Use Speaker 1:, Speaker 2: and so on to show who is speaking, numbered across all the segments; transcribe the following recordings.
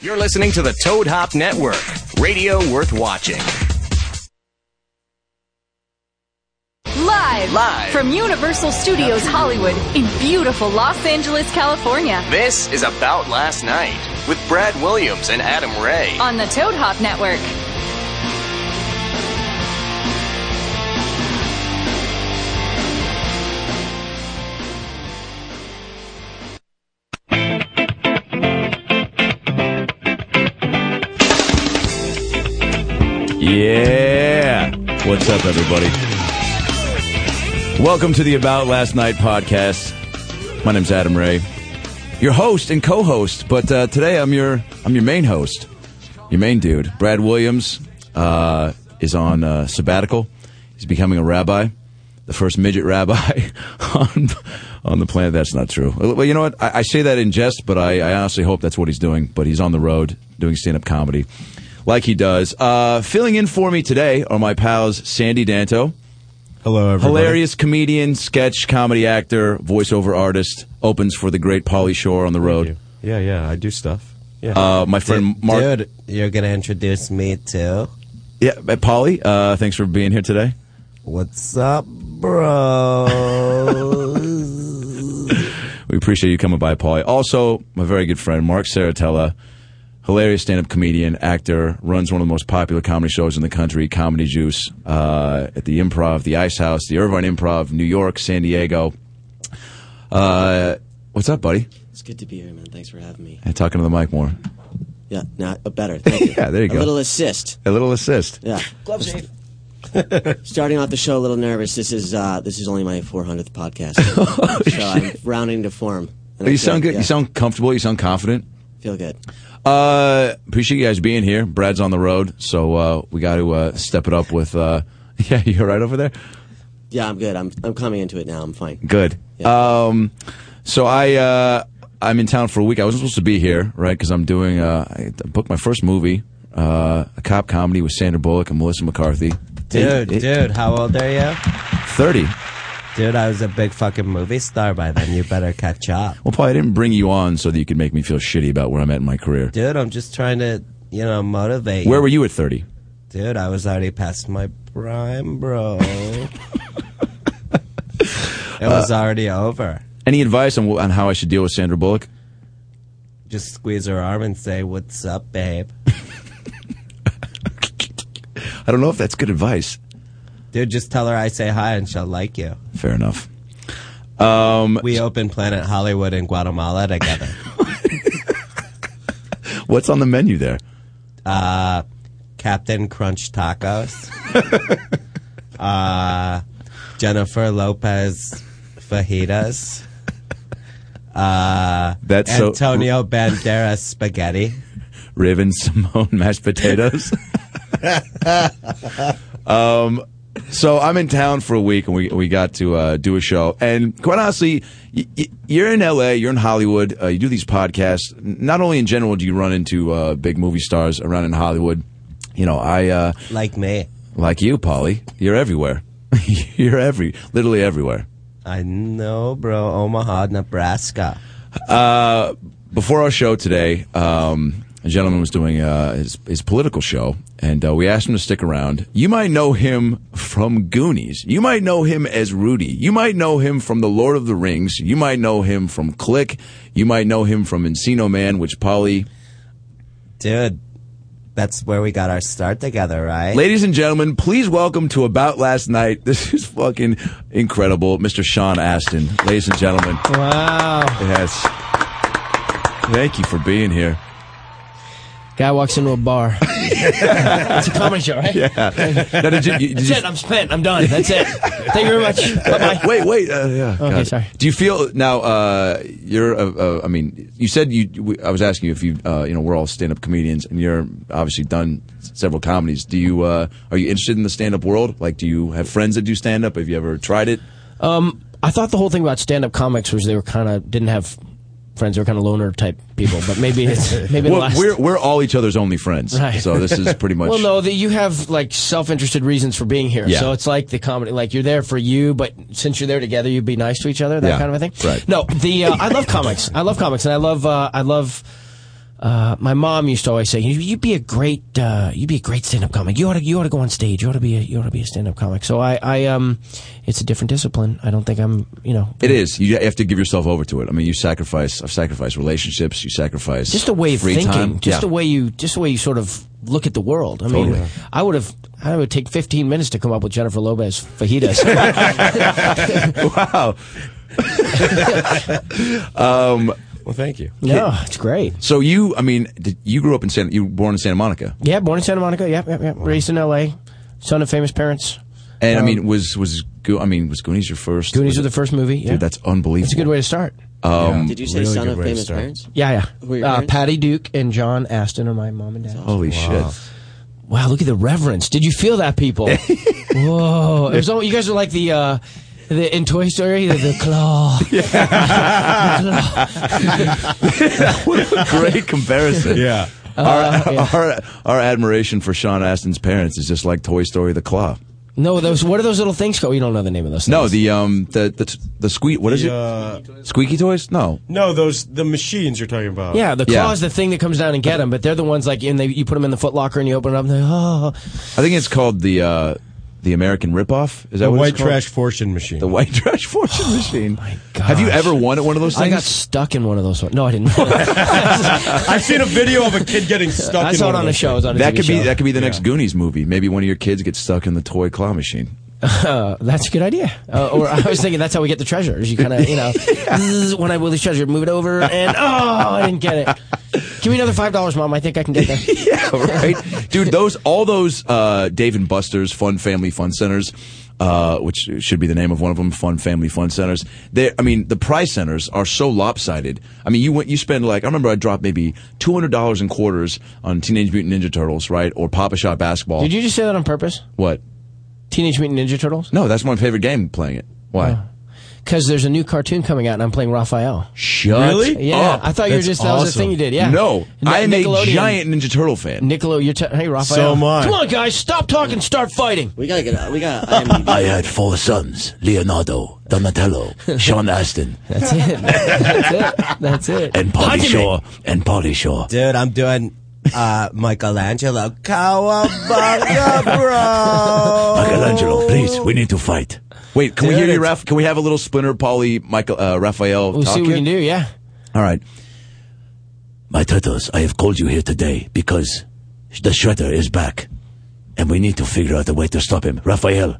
Speaker 1: You're listening to the Toad Hop Network, radio worth watching.
Speaker 2: Live,
Speaker 1: Live.
Speaker 2: from Universal Studios Hollywood in beautiful Los Angeles, California
Speaker 1: This is About Last Night with Brad Williams and Adam Ray.
Speaker 2: on the Toad Hop Network.
Speaker 3: Yeah. What's up, everybody? Welcome to the About Last Night podcast. My name's Adam Ray, your host and co-host. But uh, today I'm your I'm your main host, your main dude. Brad Williams uh, is on uh, sabbatical. He's becoming a rabbi, the first midget rabbi on on the planet. That's not true. Well, you know what? I, I say that in jest, but I, I honestly hope that's what he's doing. But he's on the road doing stand up comedy, like he does. Uh, filling in for me today are my pals Sandy Danto.
Speaker 4: Hello, everybody.
Speaker 3: Hilarious comedian, sketch comedy actor, voiceover artist, opens for the great Polly Shore on the road.
Speaker 4: Yeah, yeah, I do stuff. Yeah.
Speaker 3: Uh, my friend Mark,
Speaker 5: Dude, you're gonna introduce me to
Speaker 3: yeah, uh, Polly, uh, thanks for being here today.
Speaker 5: what's up, bro?
Speaker 3: We appreciate you coming by, Polly. Also, my very good friend Mark Saratella, hilarious stand-up comedian, actor, runs one of the most popular comedy shows in the country, Comedy Juice, uh, at the Improv, the Ice House, the Irvine Improv, New York, San Diego. Uh, what's up, buddy?
Speaker 6: It's good to be here, man. Thanks for having me.
Speaker 3: Hey, talking to the mic more.
Speaker 6: Yeah, not uh, better. Thank you.
Speaker 3: Yeah, there you
Speaker 6: a
Speaker 3: go.
Speaker 6: little assist.
Speaker 3: A little assist.
Speaker 6: Yeah. Glove safe. Starting off the show a little nervous. This is uh, this is only my 400th podcast, so I'm rounding to form. And I
Speaker 3: Oh, You
Speaker 6: feel-
Speaker 3: sound good.
Speaker 6: yeah,
Speaker 3: You sound comfortable. You sound confident.
Speaker 6: feel good.
Speaker 3: Uh, appreciate you guys being here. Brad's on the road, so uh, we got to uh, step it up with. Uh, yeah, you're right over there.
Speaker 6: Yeah, I'm good. I'm I'm coming into it now. I'm fine.
Speaker 3: Good. Um, so I uh, I'm in town for a week. I wasn't supposed to be here, right? Because I'm doing. Uh, I booked my first movie, uh, a cop comedy with Sandra Bullock and Melissa McCarthy.
Speaker 5: dude, dude, how old are you?
Speaker 3: Thirty.
Speaker 5: Dude, I was a big fucking movie star by then. You better catch up.
Speaker 3: Well, Paul, I didn't bring you on so that you could make me feel shitty about where I'm at in my career.
Speaker 5: Dude, I'm just trying to, you know, motivate.
Speaker 3: Where were you at thirty?
Speaker 5: Dude, I was already past my prime, bro. it was already over.
Speaker 3: Uh, Any advice on, wh- on how I should deal with Sandra Bullock?
Speaker 5: Just squeeze her arm and say, "What's up, babe?"
Speaker 3: I don't know if that's good advice.
Speaker 5: Dude, just tell her I say hi and she'll like you.
Speaker 3: Fair enough. Um,
Speaker 5: We opened Planet Hollywood in Guatemala together.
Speaker 3: What's on the menu there?
Speaker 5: Uh, Captain Crunch Tacos. uh, Jennifer Lopez Fajitas. Uh,
Speaker 3: That's so
Speaker 5: Antonio Banderas Spaghetti.
Speaker 3: Raven Simone mashed potatoes. um, so I'm in town for a week, and we we got to uh, do a show. And quite honestly, y- y- you're in L.A., you're in Hollywood, uh, you do these podcasts. Not only in general do you run into uh, big movie stars around in Hollywood. You know, I uh,
Speaker 5: Like me.
Speaker 3: like you, Polly. You're everywhere. you're every literally everywhere.
Speaker 5: I know, bro. Omaha, Nebraska.
Speaker 3: Uh, before our show today, um, a gentleman was doing uh, his, his political show, and uh, we asked him to stick around. You might know him from Goonies. You might know him as Rudy. You might know him from The Lord of the Rings. You might know him from Click. You might know him from Encino Man, which Polly.
Speaker 5: Dude, that's where we got our start together, right?
Speaker 3: Ladies and gentlemen, please welcome to About Last Night. This is fucking incredible, Mr. Sean Aston. Ladies and gentlemen,
Speaker 7: Wow.
Speaker 3: yes. Thank you for being here.
Speaker 7: Guy walks into a bar. it's a comedy show, right?
Speaker 3: Now, did you- you- did
Speaker 7: That's
Speaker 3: you-
Speaker 7: it. I'm spent. I'm done. That's it. Thank you very much. Bye bye.
Speaker 3: wait, wait. Uh, yeah.
Speaker 7: Okay,
Speaker 3: God.
Speaker 7: sorry.
Speaker 3: Do you feel now? Uh, you're. Uh, uh, I mean, you said you. We, I was asking you if you. Uh, you know, we're all stand-up comedians, and you're obviously done s- several comedies. Do you? Uh, are you interested in the stand-up world? Like, do you have friends that do stand-up? Have you ever tried it?
Speaker 7: I thought the whole thing about stand up comics was they were kind of didn't have friends. They were kind of loner type people, but maybe it's maybe it'll
Speaker 3: Well,
Speaker 7: last.
Speaker 3: we're we're all each other's only friends.
Speaker 7: Right.
Speaker 3: So this is pretty much.
Speaker 7: well, no, that you have like self-interested reasons for being here.
Speaker 3: Yeah.
Speaker 7: So it's like the comedy, like you're there for you, but since you're there together, you'd be nice to each other, that
Speaker 3: Yeah.
Speaker 7: kind of a thing.
Speaker 3: Right.
Speaker 7: No, the uh, I love comics. I love comics, and I love uh, I love Uh, my mom used to always say, "You- "You'd be a great, uh, you'd be a great stand-up comic. You ought to, you ought to go on stage. You ought to be, a, you ought to be a stand-up comic." So I, I, um, it's a different discipline. I don't think I'm, you know,
Speaker 3: It is. You have to give yourself over to it. I mean, you sacrifice. I've sacrificed relationships. You sacrifice
Speaker 7: just a way of
Speaker 3: free
Speaker 7: thinking,
Speaker 3: time.
Speaker 7: just
Speaker 3: yeah.
Speaker 7: the way you, just the way you sort of look at the world. I
Speaker 3: Totally.
Speaker 7: mean, I would have, I would take 15 minutes to come up with Jennifer Lopez fajitas.
Speaker 3: wow. um,
Speaker 4: Well, thank you.
Speaker 7: no, it's great.
Speaker 3: so you, I mean, did, you grew up in San. You were born in Santa Monica,
Speaker 7: Yeah, born in Santa Monica. Yep, yep, yep. Raised in L.A. Son of famous parents.
Speaker 3: and I mean, was was Go- I mean, was Goonies your first?
Speaker 7: Um, Goonies
Speaker 3: was
Speaker 7: were the first movie. Yeah,
Speaker 3: Dude, that's unbelievable.
Speaker 7: It's a good way to start.
Speaker 3: Um,
Speaker 6: Did you say
Speaker 4: Really
Speaker 6: son
Speaker 4: good
Speaker 6: of
Speaker 4: way to
Speaker 6: famous
Speaker 4: start.
Speaker 6: parents?
Speaker 7: Yeah, yeah.
Speaker 6: Who are your
Speaker 7: uh,
Speaker 6: parents?
Speaker 7: Patty Duke and John Aston are my mom and dad.
Speaker 3: holy shit.
Speaker 7: Wow, look at the reverence. Did you feel that, people? Whoa! It was all, you guys are like the. Uh, the, in Toy Story, the, the claw.
Speaker 3: Great comparison.
Speaker 4: Yeah.
Speaker 7: Uh,
Speaker 3: our, our our admiration for Sean Astin's parents is just like Toy Story: The Claw.
Speaker 7: No, those. What are those little things called? You don't know the name of those.
Speaker 3: No,
Speaker 7: things.
Speaker 3: the um the the the squeak. What is
Speaker 4: The,
Speaker 3: it?
Speaker 4: uh,
Speaker 3: Squeaky toys? No.
Speaker 4: no, those the machines you're talking about.
Speaker 7: yeah, the claw
Speaker 3: Uh, Yeah.
Speaker 7: is the thing that comes down and get them. But they're the ones like, and they, you put them in the Foot Locker and you open it up. and they oh,
Speaker 3: I think it's called the uh the American ripoff. Is that
Speaker 4: The
Speaker 3: what
Speaker 4: white
Speaker 3: it's called?
Speaker 4: trash fortune machine. Oh
Speaker 3: The white trash fortune machine.
Speaker 7: gosh.
Speaker 3: Have you ever won at one of those things?
Speaker 7: I got stuck in one of those. No, I didn't.
Speaker 4: I've seen a video of a kid getting stuck.
Speaker 7: I
Speaker 4: in
Speaker 7: saw
Speaker 4: one
Speaker 7: it
Speaker 4: of
Speaker 7: on a
Speaker 4: those
Speaker 7: show. It was on a
Speaker 3: that
Speaker 7: TV
Speaker 3: could be
Speaker 7: show.
Speaker 3: that could be the next Goonies movie. Maybe one of your kids gets stuck in the toy claw machine.
Speaker 7: Uh, that's a good idea. Uh, or I was thinking that's how we get the treasures. You kind of, you know, zzz, when I will this treasure, move it over, and oh, I didn't get it. Give me another five dollars, mom. I think I can get that.
Speaker 3: yeah, right, dude. Those all those uh, Dave and Buster's Fun Family Fun Centers, uh, which should be the name of one of them, Fun Family Fun Centers. They, I mean, the price centers are so lopsided. I mean, you went, you spend like I remember I dropped maybe two hundred dollars in quarters on Teenage Mutant Ninja Turtles, right, or Papa Shot basketball.
Speaker 7: Did you just say that on purpose?
Speaker 3: what?
Speaker 7: Teenage Mutant Ninja Turtles?
Speaker 3: No, that's my favorite game. Playing it. Why?
Speaker 7: Because there's a new cartoon coming out, and I'm playing Raphael.
Speaker 3: Shut
Speaker 4: Really?
Speaker 7: Yeah,
Speaker 3: up.
Speaker 7: I thought you were
Speaker 4: That's
Speaker 7: just that was the
Speaker 4: awesome.
Speaker 7: thing you did. Yeah.
Speaker 3: No,
Speaker 7: Ni-
Speaker 3: I am a
Speaker 7: Nickelodeon-
Speaker 3: giant Ninja Turtle fan.
Speaker 7: Niccolo, you're t- hey Raphael.
Speaker 4: So am I.
Speaker 7: Come on, guys, stop talking, start fighting.
Speaker 6: We gotta get. We got. IMDb.
Speaker 8: I had four sons Leonardo, Donatello, Sean Astin,
Speaker 7: That's it. That's it. That's it.
Speaker 8: and Polly Shaw. And Polly Shaw.
Speaker 5: Dude, I'm doing uh, Michelangelo Cowabunga,
Speaker 7: Oh.
Speaker 5: bro.
Speaker 8: Michelangelo, please, we need to fight.
Speaker 3: Wait, can we
Speaker 5: Dude,
Speaker 3: hear you,
Speaker 5: it's-
Speaker 3: Raph? Can we have a little Splinter, Polly, Michael, uh, Raphael?
Speaker 7: We'll
Speaker 3: talk
Speaker 7: see what
Speaker 3: here?
Speaker 7: we can do. Yeah.
Speaker 3: All right.
Speaker 8: My turtles, I have called you here today because the Shredder is back. And we need to figure out a way to stop him. Raphael,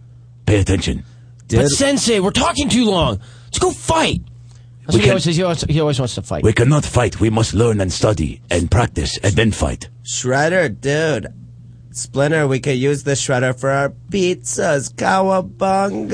Speaker 8: pay attention.
Speaker 5: Dude,
Speaker 7: But Sensei, we're talking too long. Let's go fight. That's what
Speaker 8: We
Speaker 7: he
Speaker 8: can-
Speaker 7: always says. He always, he always wants to fight.
Speaker 8: We cannot fight. We must learn and study and practice and then fight.
Speaker 5: Shredder, dude. Splinter, we could use the shredder for our pizzas. Cowabunga.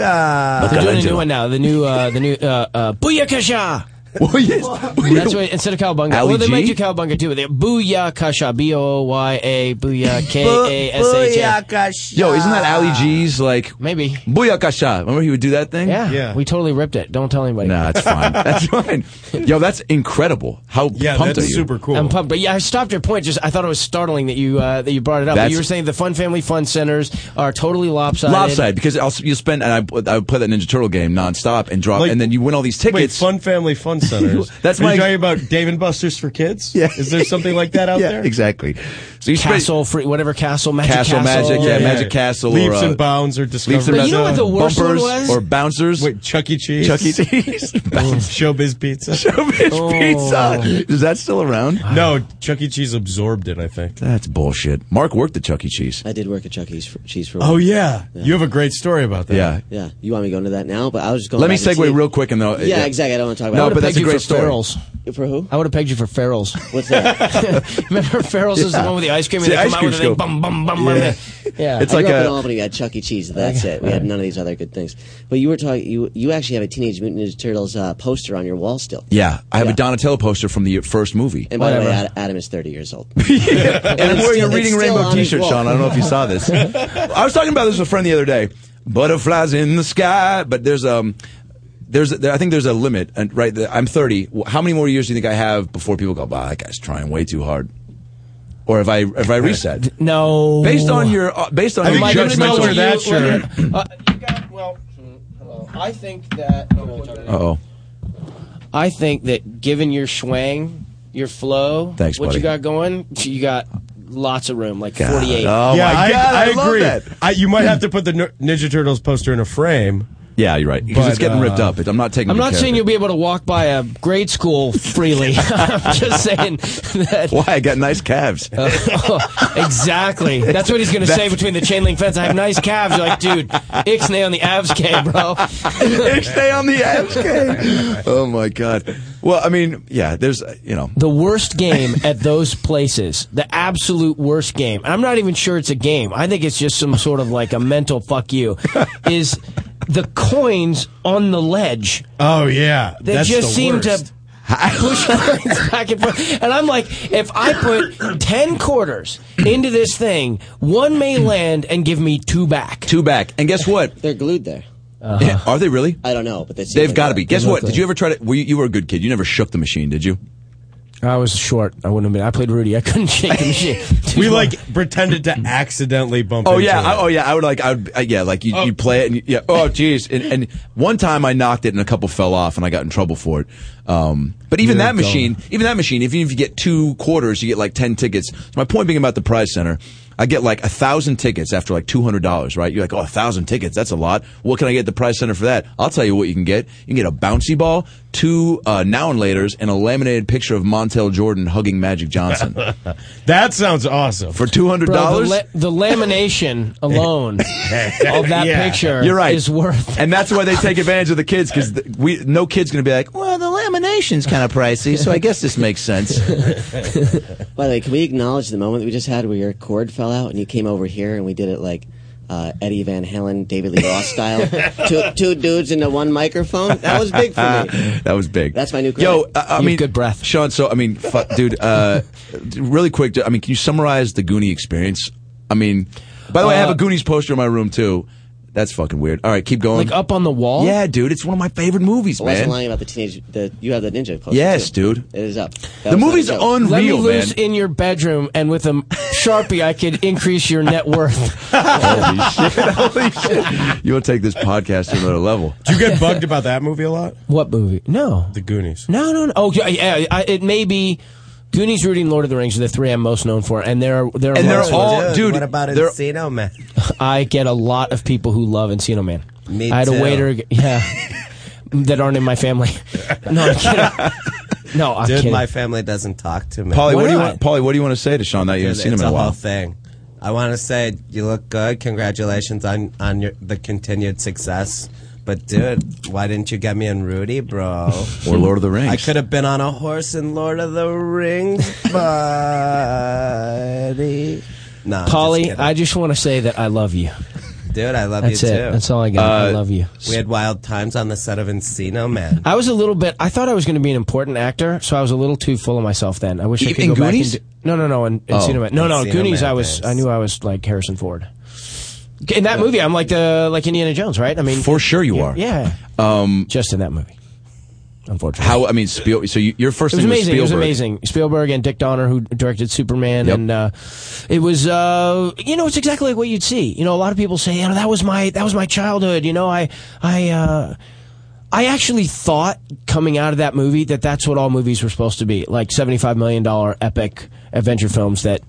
Speaker 7: They're Uh, doing a new
Speaker 8: Michelangelo.
Speaker 7: one now. The new, uh, the new, uh, uh, Booyakasha!
Speaker 3: Well, yes.
Speaker 7: That's what, instead of Cowabunga.
Speaker 3: Ali
Speaker 7: well, they
Speaker 3: G?
Speaker 7: might do Cowabunga too, but they're Booyakasha. B-O-O-Y-A, Booyah,
Speaker 5: Bu-
Speaker 7: K-A-S-H-A.
Speaker 5: Booyakasha.
Speaker 3: Yo, isn't that Ali G's like
Speaker 7: Maybe.
Speaker 3: Booyakasha? Remember he would do that thing?
Speaker 7: Yeah.
Speaker 4: Yeah.
Speaker 7: We totally ripped it. Don't tell anybody.
Speaker 3: Nah, that's fine. that's fine. Yo, that's incredible. How
Speaker 4: Yeah,
Speaker 3: pumped are
Speaker 4: that's
Speaker 3: you?
Speaker 4: super cool.
Speaker 7: I'm pumped, but yeah, I stopped your point. Just I thought it was startling that you uh, that you brought it up. But
Speaker 3: That's-
Speaker 7: you were saying the Fun Family Fun Centers are totally lopsided.
Speaker 3: Lopsided because I'll, you'll spend and I I would play that Ninja Turtle game nonstop and drop
Speaker 4: Like-
Speaker 3: and then you win all these
Speaker 4: Wait,
Speaker 3: tickets.
Speaker 4: Fun Family Fun Centers.
Speaker 3: That's
Speaker 4: Are you
Speaker 3: my-
Speaker 4: talking about Dave and Buster's for kids.
Speaker 3: Yeah.
Speaker 4: Is there something like that out
Speaker 3: yeah,
Speaker 4: there?
Speaker 3: exactly. So you spend
Speaker 7: Castle, free, whatever castle, magic
Speaker 3: Castle,
Speaker 7: castle,
Speaker 3: Magic, yeah, Magic Castle, or,
Speaker 4: Leaps
Speaker 3: uh,
Speaker 4: and bounds or discovery.
Speaker 3: leaps and
Speaker 7: But you know
Speaker 4: Zone.
Speaker 7: what the worst one
Speaker 3: bumpers
Speaker 7: was?
Speaker 3: or bouncers.
Speaker 4: Wait, Chuck E. Cheese.
Speaker 3: Chuck E. Cheese.
Speaker 4: Showbiz Pizza.
Speaker 3: Showbiz
Speaker 7: Oh.
Speaker 3: Pizza. Is that still around?
Speaker 4: no, Chuck E. Cheese absorbed it. I think.
Speaker 3: That's bullshit. Mark worked at Chuck E. Cheese.
Speaker 6: I did work at Chuck E. Cheese for. a
Speaker 4: Oh
Speaker 6: while.
Speaker 4: yeah. you have a great story about that.
Speaker 3: Yeah.
Speaker 6: Yeah. You want me to go into that now? But I was just going.
Speaker 3: Let me
Speaker 6: back to
Speaker 3: segue
Speaker 6: tea.
Speaker 3: real quick and then.
Speaker 6: Yeah, exactly. I don't want to talk
Speaker 3: No,
Speaker 6: about.
Speaker 3: but that's a
Speaker 7: you
Speaker 3: great
Speaker 7: for
Speaker 3: story.
Speaker 7: Ferrell's.
Speaker 6: but for who?
Speaker 7: I would have pegged you for Ferrell's.
Speaker 6: What's that?
Speaker 7: Remember Ferrell's is the
Speaker 3: Yeah.
Speaker 7: one with the ice cream
Speaker 3: It's
Speaker 7: and
Speaker 3: the
Speaker 7: they come
Speaker 3: ice
Speaker 7: out
Speaker 3: cream
Speaker 7: with a thing,
Speaker 3: scoop.
Speaker 7: bum bum bum
Speaker 4: Yeah.
Speaker 7: bum. Yeah.
Speaker 3: It's
Speaker 6: I
Speaker 3: like
Speaker 6: grew up
Speaker 3: a-
Speaker 6: in Albany. We had Chuck E. Cheese. That's it. We had none of these other good things. But you were talking. You you actually have a Teenage Mutant Ninja Turtles uh, poster on your wall still.
Speaker 3: Yeah, I have a
Speaker 6: Yeah.
Speaker 3: Donatello poster from the first movie.
Speaker 6: And by the way,
Speaker 7: Whatever.
Speaker 6: Ad- Adam is 30 years old.
Speaker 3: and I'm
Speaker 6: it's
Speaker 3: wearing
Speaker 6: still-
Speaker 3: a Reading
Speaker 6: it's still
Speaker 3: Rainbow
Speaker 6: on his
Speaker 3: t-shirt,
Speaker 6: wall.
Speaker 3: Sean. I don't know if you saw this. I was talking about this with a friend the other day. Butterflies in the sky, but there's um there's there, I think there's a limit, and right? there- I'm 30. Wh- How many more years do you think I have before people go, "Wow, that guy's trying way too hard," or if I if I reset?
Speaker 7: No.
Speaker 3: Based on your uh, based on
Speaker 4: I
Speaker 3: your
Speaker 4: think you
Speaker 7: Mike,
Speaker 4: just know
Speaker 7: what
Speaker 4: where
Speaker 7: you- what
Speaker 3: judgmental.
Speaker 4: that shirt-
Speaker 7: you- uh, you got- well, hello. I think that.
Speaker 3: Uh oh.
Speaker 7: I think that given your swang, your flow,
Speaker 3: Thanks,
Speaker 7: what
Speaker 3: buddy.
Speaker 7: you got going, you got lots of room, like
Speaker 3: God.
Speaker 7: 48.
Speaker 3: Oh,
Speaker 4: yeah,
Speaker 3: my
Speaker 4: I,
Speaker 3: God,
Speaker 4: I
Speaker 3: I love
Speaker 4: agree.
Speaker 3: that.
Speaker 4: I, you might have to put the Nin- Ninja Turtles poster in a frame.
Speaker 3: Yeah, you're right. Because
Speaker 4: But,
Speaker 3: it's getting ripped
Speaker 4: uh,
Speaker 3: up. It- I'm not taking.
Speaker 7: I'm
Speaker 3: good
Speaker 7: not
Speaker 3: care
Speaker 7: saying
Speaker 3: of
Speaker 7: you'll
Speaker 3: it.
Speaker 7: be able to walk by a grade school freely. I'm just saying that. Oh,
Speaker 3: Why I got nice calves.
Speaker 7: exactly. That's what he's going to say between the chain link fence. I have nice calves. You're like, dude, ixnay on the abs K, bro.
Speaker 3: Stay on the abs game. Oh my god. Well, I mean, yeah. There's, uh, you know,
Speaker 7: The worst game at those places. The absolute worst game. And I'm not even sure it's a game. I think it's just some sort of like a mental fuck you. Is the coins on the ledge.
Speaker 4: Oh yeah,
Speaker 7: They
Speaker 4: That's
Speaker 7: just
Speaker 4: the
Speaker 7: seem
Speaker 4: worst.
Speaker 7: to push coins back and forth. And I'm like, if I put 10 quarters into this thing, one may land and give me two back.
Speaker 3: two back. And guess what?
Speaker 6: They're glued there.
Speaker 3: Are they really?
Speaker 6: I don't know, but they seem
Speaker 3: They've
Speaker 6: like
Speaker 3: got to
Speaker 6: that.
Speaker 3: be. Guess what? Did you ever try to? Were you, you were a good kid. You never shook the machine, did you?
Speaker 7: I was short. I wouldn't have been. I played Rudy. I couldn't shake him shit.
Speaker 4: We like pretended to accidentally bump.
Speaker 3: Oh
Speaker 4: into
Speaker 3: yeah,
Speaker 4: it.
Speaker 3: I, oh yeah. I would like, I would, uh, yeah, like you, you play it, and you, yeah. Oh geez, and, and one time I knocked it, and a couple fell off, and I got in trouble for it. Um, but even that machine, even that machine, even if you get two quarters, you get like ten tickets. So my point being about the Prize Center, I get like a thousand tickets after like two hundred dollars, right? You're like, oh, a thousand tickets, that's a lot. What can I get at the Prize Center for that? I'll tell you what you can get. You can get a bouncy ball, two uh, now and later's, and a laminated picture of Montel Jordan hugging Magic Johnson
Speaker 4: that sounds awesome.
Speaker 3: for two hundred
Speaker 7: Bro, the,
Speaker 3: dollars.
Speaker 7: la- the lamination alone of that
Speaker 4: Yeah.
Speaker 7: picture
Speaker 3: You're right.
Speaker 7: is worth
Speaker 3: And that's why they take advantage of the kids because we no kid's going to be like, well, the lamination's kind of pricey, so I guess this makes sense.
Speaker 6: By the way, can we acknowledge the moment that we just had where your cord fell out and you came over here and we did it like uh, Eddie Van Halen, David Lee Roth style? two, two dudes into one microphone? That was big for me.
Speaker 3: that was big.
Speaker 6: That's my new credit.
Speaker 3: Yo, uh, I, I
Speaker 7: You
Speaker 3: mean,
Speaker 7: good breath.
Speaker 3: Sean. So I mean, fu- dude, uh, really quick. I mean, can you summarize the Goonie experience? I mean, by the way, I have a
Speaker 7: Uh,
Speaker 3: Goonies poster in my room too. That's fucking weird. All right, keep going.
Speaker 7: like up on the wall.
Speaker 3: yeah, dude, it's one of my favorite movies,
Speaker 6: I wasn't
Speaker 3: man.
Speaker 6: lying about the teenage. The, you have the ninja poster.
Speaker 3: Yes,
Speaker 6: too.
Speaker 3: dude.
Speaker 6: It is up. That
Speaker 3: the
Speaker 6: was not a
Speaker 3: movie's
Speaker 6: joke.
Speaker 3: unreal,
Speaker 7: Let me
Speaker 3: man.
Speaker 7: loose in your bedroom, and with a m- sharpie, I could increase your net worth.
Speaker 3: Holy shit! Holy shit! You'll take this podcast to another level.
Speaker 4: Did you get bugged about that movie a lot?
Speaker 7: what movie? No,
Speaker 4: The Goonies.
Speaker 7: No, no, no. Oh, yeah, yeah. I, it may be Goonies, Rudy, and Lord of the Rings are the three I'm most known for, and they're they're,
Speaker 3: And they're
Speaker 7: lots of-
Speaker 3: all- dude,
Speaker 5: what about
Speaker 3: they're-
Speaker 5: Encino Man?
Speaker 7: I get a lot of people who love Encino Man.
Speaker 5: Me
Speaker 7: I had a
Speaker 5: too.
Speaker 7: waiter, yeah, that aren't in my family. No, I'm kidding. No, I'm
Speaker 5: Dude,
Speaker 7: kidding.
Speaker 5: my family doesn't talk to me.
Speaker 3: Polly,
Speaker 7: Why
Speaker 3: what do you
Speaker 7: not?
Speaker 3: want? Polly, what do you want to say to Sean that you haven't
Speaker 5: it's
Speaker 3: seen him in
Speaker 5: a
Speaker 3: a
Speaker 5: whole
Speaker 3: while?
Speaker 5: thing. I want to say you look good. Congratulations on on your the continued success. But dude, why didn't you get me in Rudy, bro?
Speaker 3: Or Lord of the Rings?
Speaker 5: I could have been on a horse in Lord of the Rings, buddy. No, I'm just
Speaker 7: Polly,
Speaker 5: kidding.
Speaker 7: I just want to say that I love you.
Speaker 5: dude, I love
Speaker 7: That's
Speaker 5: you
Speaker 7: it.
Speaker 5: too.
Speaker 7: That's all I got. I
Speaker 3: Uh,
Speaker 7: love you.
Speaker 5: we had wild times on the set of Encino Man.
Speaker 7: I was a little bit. I thought I was going to be an important actor, so I was a little too full of myself then. I wish I
Speaker 3: You-
Speaker 7: could
Speaker 3: in
Speaker 7: go
Speaker 3: Goonies?
Speaker 7: back. And do, no, no, no. In, in
Speaker 3: Oh.
Speaker 7: Cinema- no, no.
Speaker 5: Encino
Speaker 7: Goonies.
Speaker 5: Man
Speaker 7: I was.
Speaker 5: days.
Speaker 7: I knew I was like Harrison Ford. In that movie, I'm like the like Indiana Jones, right? I mean,
Speaker 3: For sure you are.
Speaker 7: Yeah. Um, just in that movie, unfortunately.
Speaker 3: How? I mean, Spiel, so you, your first
Speaker 7: it was
Speaker 3: thing
Speaker 7: amazing. It
Speaker 3: was
Speaker 7: was
Speaker 3: Spielberg.
Speaker 7: amazing. Spielberg and Dick Donner, who directed Superman,
Speaker 3: Yep.
Speaker 7: and uh, it was uh, you know it's exactly like what you'd see. You know, a lot of people say, you know, that was my that was my childhood. You know, I I uh, I actually thought coming out of that movie that that's what all movies were supposed to be, like seventy five million dollar epic adventure films that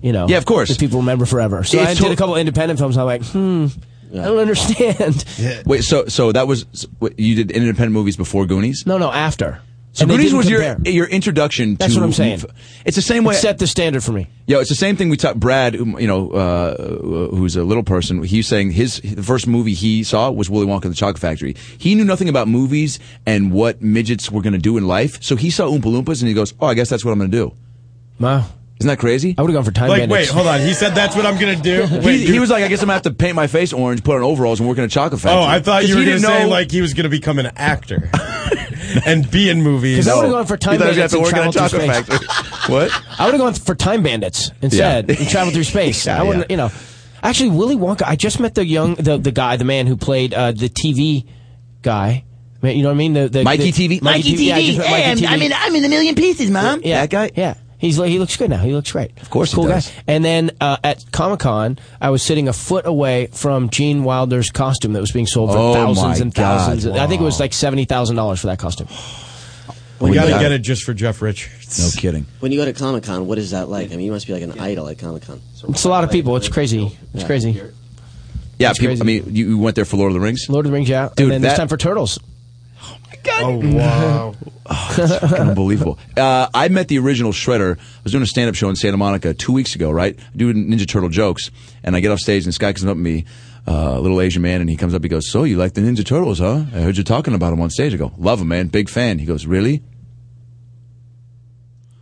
Speaker 7: you know
Speaker 3: Yeah, of course.
Speaker 7: that people remember forever. So
Speaker 3: It's
Speaker 7: I did
Speaker 3: to-
Speaker 7: a couple independent films. And I'm like, hmm, I don't understand.
Speaker 3: Wait, so so that was so, what, you did independent movies before Goonies?
Speaker 7: No, no, after.
Speaker 3: So
Speaker 7: And they
Speaker 3: Goonies
Speaker 7: didn't
Speaker 3: was your
Speaker 7: compare.
Speaker 3: your introduction.
Speaker 7: That's
Speaker 3: to,
Speaker 7: what I'm saying.
Speaker 3: It's the same way.
Speaker 7: It set the standard for me.
Speaker 3: Yo, it's the same thing we taught Brad, whom, you know, uh, who's a little person. He was saying his the first movie he saw was Willy Wonka and the Chocolate Factory. He knew nothing about movies and what midgets were going to do in life, so he saw Oompa Loompas and he goes, "Oh, I guess that's what I'm going to do."
Speaker 7: Wow.
Speaker 3: Isn't that crazy?
Speaker 7: I would have gone for time
Speaker 4: Like, wait,
Speaker 7: bandits.
Speaker 4: hold on. He said that's what I'm gonna do. Wait,
Speaker 3: he,
Speaker 4: dude.
Speaker 3: he was like, I guess I'm gonna have to paint my face orange, put on overalls, and work in a chocolate factory.
Speaker 4: Oh, I thought
Speaker 3: 'Cause
Speaker 4: you were
Speaker 3: he
Speaker 4: gonna
Speaker 3: didn't
Speaker 4: say
Speaker 3: know-
Speaker 4: like he was gonna become an actor and be in movies.
Speaker 7: Because I would
Speaker 3: No.
Speaker 7: have gone for time
Speaker 3: He thought he was
Speaker 7: bandits and
Speaker 3: gonna
Speaker 7: travel
Speaker 3: have to
Speaker 7: through
Speaker 3: work in a
Speaker 7: space.
Speaker 3: chocolate factory. what?
Speaker 7: I would have gone for time bandits instead
Speaker 3: Yeah.
Speaker 7: and travel through space.
Speaker 3: Yeah,
Speaker 7: I wouldn't,
Speaker 3: yeah.
Speaker 7: you know. Actually, Willy Wonka. I just met the young, the, the guy, the man who played uh, the TV guy. Man, You know what I mean? The, the
Speaker 3: Mikey
Speaker 7: the-
Speaker 3: TV?
Speaker 7: Mikey TV. Yeah, I just met Mikey TV.
Speaker 1: I'm in a million pieces, Mom.
Speaker 7: Yeah.
Speaker 3: That guy?
Speaker 7: Yeah. He's like, he looks good now. He looks great. Of
Speaker 3: course he
Speaker 7: cool
Speaker 3: does.
Speaker 7: guy. And then uh, at Comic Con, I was sitting a foot away from Gene Wilder's costume that was being sold for
Speaker 3: Oh,
Speaker 7: thousands
Speaker 3: my
Speaker 7: and thousands.
Speaker 3: God.
Speaker 7: I think it was like seventy thousand dollars for that costume.
Speaker 4: You
Speaker 3: We
Speaker 4: got to
Speaker 3: got
Speaker 4: get
Speaker 3: it.
Speaker 4: it just for Jeff Richards.
Speaker 3: No kidding.
Speaker 6: When you go to Comic Con, what is that like? I mean, you must be like an idol at Comic Con.
Speaker 7: It's a lot of people. It's crazy. It's crazy.
Speaker 3: Yeah,
Speaker 7: That's
Speaker 3: people, I
Speaker 7: crazy.
Speaker 3: mean, you, you went there for Lord of the Rings.
Speaker 7: Lord of the Rings, yeah. and
Speaker 3: Dude,
Speaker 7: then it's
Speaker 3: that-
Speaker 7: time for Turtles.
Speaker 4: Oh wow!
Speaker 3: Fucking unbelievable. Uh, I met the original Shredder. I was doing a stand-up show in Santa Monica two weeks ago, right? Doing Ninja Turtle jokes, and I get off stage, and this guy comes up to me, uh, a little Asian man, and he comes up, he goes, "So you like the Ninja Turtles, huh? I heard you talking about them on stage." I go, "Love them, man. Big fan." He goes, "Really?"